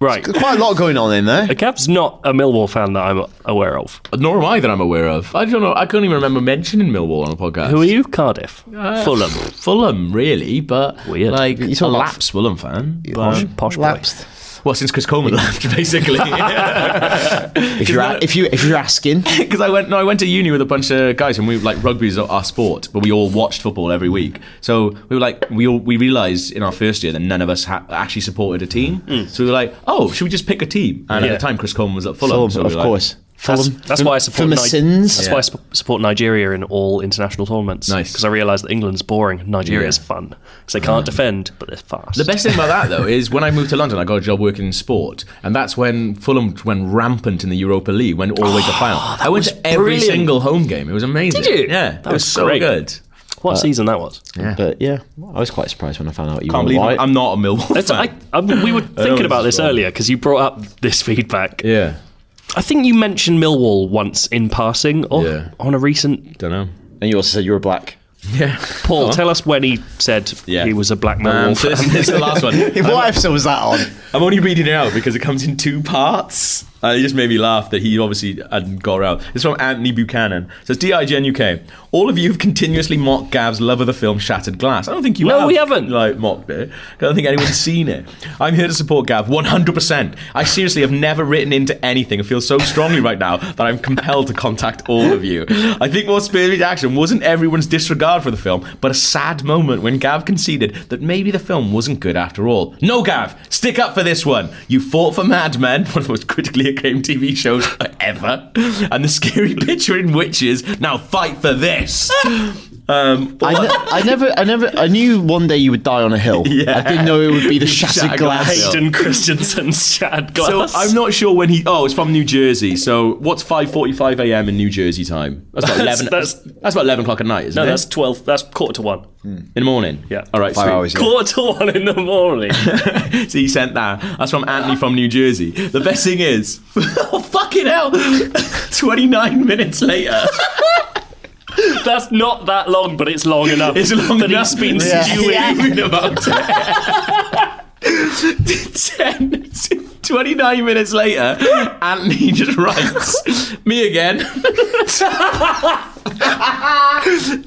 Speaker 3: Right.
Speaker 5: Quite a lot going on in there.
Speaker 3: The Gab's not a Millwall fan that I'm aware of.
Speaker 1: Nor am I that I'm aware of. I don't know. I can't even remember mentioning Millwall on a podcast.
Speaker 3: Who are you? Cardiff. Fulham.
Speaker 1: Fulham, really, but
Speaker 3: Weird.
Speaker 1: like
Speaker 5: You
Speaker 1: a
Speaker 5: talk about-
Speaker 1: lapsed Fulham fan.
Speaker 3: Posh,
Speaker 1: But,
Speaker 3: posh boy.
Speaker 5: Lapsed.
Speaker 1: well, since Chris Coleman left, basically.
Speaker 5: If you're, a- if, you, if you're asking.
Speaker 1: Because I went, no, I went to uni with a bunch of guys, and we like rugby's our sport, but we all watched football every week. So we were like, we all, we realized in our first year that none of us ha- actually supported a team.
Speaker 5: Mm.
Speaker 1: So we were like, oh, should we just pick a team? And
Speaker 3: Yeah.
Speaker 1: at the time, Chris Coleman was at Fulham,
Speaker 5: Fulham,
Speaker 1: so we
Speaker 5: of
Speaker 1: were like,
Speaker 5: course.
Speaker 3: That's,
Speaker 5: Fulham.
Speaker 3: that's why I support.
Speaker 5: For my
Speaker 3: Ni-
Speaker 5: sins.
Speaker 3: That's why I sup- support Nigeria in all international tournaments.
Speaker 1: Nice. Mm.
Speaker 3: Because I realise that England's boring. and Nigeria's fun because they can't defend, but they're fast.
Speaker 1: The best thing about that though is when I moved to London, I got a job working in sport, and that's when Fulham went rampant in the Europa League, went all the way to final. I went to every
Speaker 3: Oh, brilliant.
Speaker 1: single home game. It was amazing.
Speaker 3: Did you?
Speaker 1: Yeah, it
Speaker 3: That
Speaker 1: was,
Speaker 3: was
Speaker 1: so
Speaker 3: great.
Speaker 1: good.
Speaker 3: What season that was?
Speaker 2: But yeah, I was quite surprised when I found out you
Speaker 1: Can't
Speaker 2: were
Speaker 1: believe
Speaker 2: white.
Speaker 1: I'm not a Millwall
Speaker 3: That's-
Speaker 1: fan.
Speaker 3: I, I, we were thinking about
Speaker 1: this
Speaker 3: this
Speaker 1: is wrong.
Speaker 3: earlier because you brought up this feedback.
Speaker 1: yeah,
Speaker 3: I think you mentioned Millwall once in passing or
Speaker 1: Yeah.
Speaker 3: on a recent.
Speaker 1: don't know.
Speaker 2: and you also said you were black.
Speaker 1: Yeah,
Speaker 3: Paul, tell us when he said
Speaker 1: Yeah.
Speaker 3: he was a black Millwall
Speaker 1: Um, so
Speaker 3: fan.
Speaker 1: this, this is the last one.
Speaker 5: What episode was that on?
Speaker 1: I'm only reading it out because it comes in two parts. Uh, it just made me laugh that he obviously hadn't got around. It's from Anthony Buchanan. It says, DIGN UK, all of you have continuously mocked Gav's love of the film Shattered Glass. I don't think you
Speaker 3: No,
Speaker 1: have,
Speaker 3: we haven't.
Speaker 1: Like, mocked it. 'cause I don't think anyone's seen it. I'm here to support Gav 100%. I seriously have never written into anything. I feel so strongly right now that I'm compelled to contact all of you. I think what spurred me to action wasn't everyone's disregard for the film, but a sad moment when Gav conceded that maybe the film wasn't good after all. No, Gav, stick up for this one. You fought for Mad Men, one of the most critically acclaimed TV shows ever, and the scary picture in Witches. Now fight for this. Um,
Speaker 5: I, ne- I never, I never, I knew one day you would die on a hill. I didn't know it would be the shattered,
Speaker 1: Shattered
Speaker 5: glass.
Speaker 1: glass hill.
Speaker 3: Hayden Christensen's shattered glass.
Speaker 1: So I'm not sure when he. Oh, it's from New Jersey. So what's 5:45 a.m. in New Jersey time? That's about
Speaker 3: That's-
Speaker 1: eleven. That's,
Speaker 3: that's-
Speaker 1: about eleven o'clock at night, isn't
Speaker 3: no,
Speaker 1: it?
Speaker 3: that's twelve. That's quarter to one.
Speaker 1: in the morning.
Speaker 3: Yeah.
Speaker 1: All right. sweet.
Speaker 5: hours, yeah.
Speaker 3: Quarter to one in the morning.
Speaker 1: So he sent that. That's from Anthony from New Jersey. The best thing is, oh fucking hell! 29 minutes later,
Speaker 3: That's not that long, but it's long enough.
Speaker 1: it's long
Speaker 3: that
Speaker 1: enough.
Speaker 3: he's been
Speaker 1: Yeah.
Speaker 3: stewing.
Speaker 1: Stewing about it. 10, 29 minutes later, Anthony just writes, "Me again."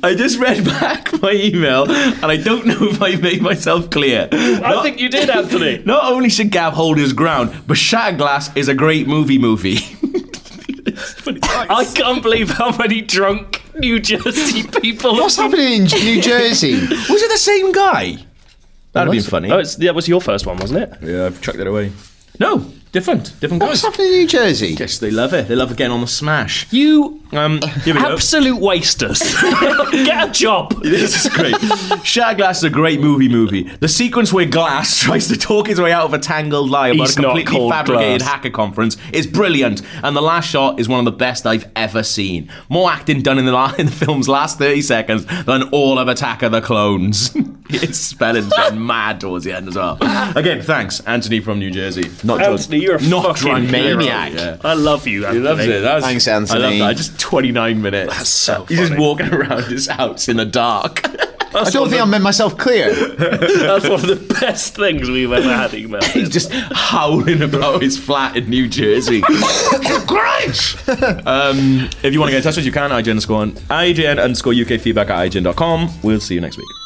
Speaker 1: I just read back my email, and I don't know if I made myself clear.
Speaker 3: I think you did, Anthony.
Speaker 1: Not only should Gav hold his ground, but Shattered Glass is a great movie movie.
Speaker 3: I can't believe how many drunk New Jersey people.
Speaker 5: What's happening in New Jersey?
Speaker 1: Was it the same guy? That'd been funny.
Speaker 3: Oh, it's, that was your first one, wasn't it?
Speaker 1: yeah, I've chucked that away. No, different, different
Speaker 5: What's
Speaker 1: guys.
Speaker 5: happening in New Jersey?
Speaker 1: Yes, they love it. They love getting on the smash.
Speaker 3: You
Speaker 1: Um, here we go.
Speaker 3: absolute wasters. Get a job.
Speaker 1: This is great. Shattered Glass is a great movie movie. The sequence where Glass tries to talk his way out of a tangled lie about
Speaker 3: He's
Speaker 1: a
Speaker 3: not
Speaker 1: completely
Speaker 3: called
Speaker 1: fabricated
Speaker 3: Glass.
Speaker 1: hacker conference is brilliant, and the last shot is one of the best I've ever seen. More acting done in the, la- in the film's last 30 seconds than all of Attack of the Clones. Its spelling's gone mad towards the end as well. Again, thanks, Anthony from New Jersey. Not
Speaker 3: Anthony, you're a
Speaker 1: Not
Speaker 3: fucking
Speaker 1: drunk
Speaker 3: hero.
Speaker 1: maniac. Yeah.
Speaker 3: I love you, Anthony.
Speaker 1: He loves it. That was-
Speaker 5: Thanks,
Speaker 1: I love
Speaker 5: Anthony.
Speaker 1: that. I Just 29 minutes. That's
Speaker 3: so
Speaker 1: He's just
Speaker 3: funny.
Speaker 1: walking around his house in the dark.
Speaker 5: I don't think I made myself clear.
Speaker 3: That's one of the best things we've ever had email.
Speaker 1: He's just howling about his flat in New Jersey. Great! Um, if you want to get in touch with us, you can. IGN underscore, IGN underscore UK feedback at IGN.com. We'll see you next week.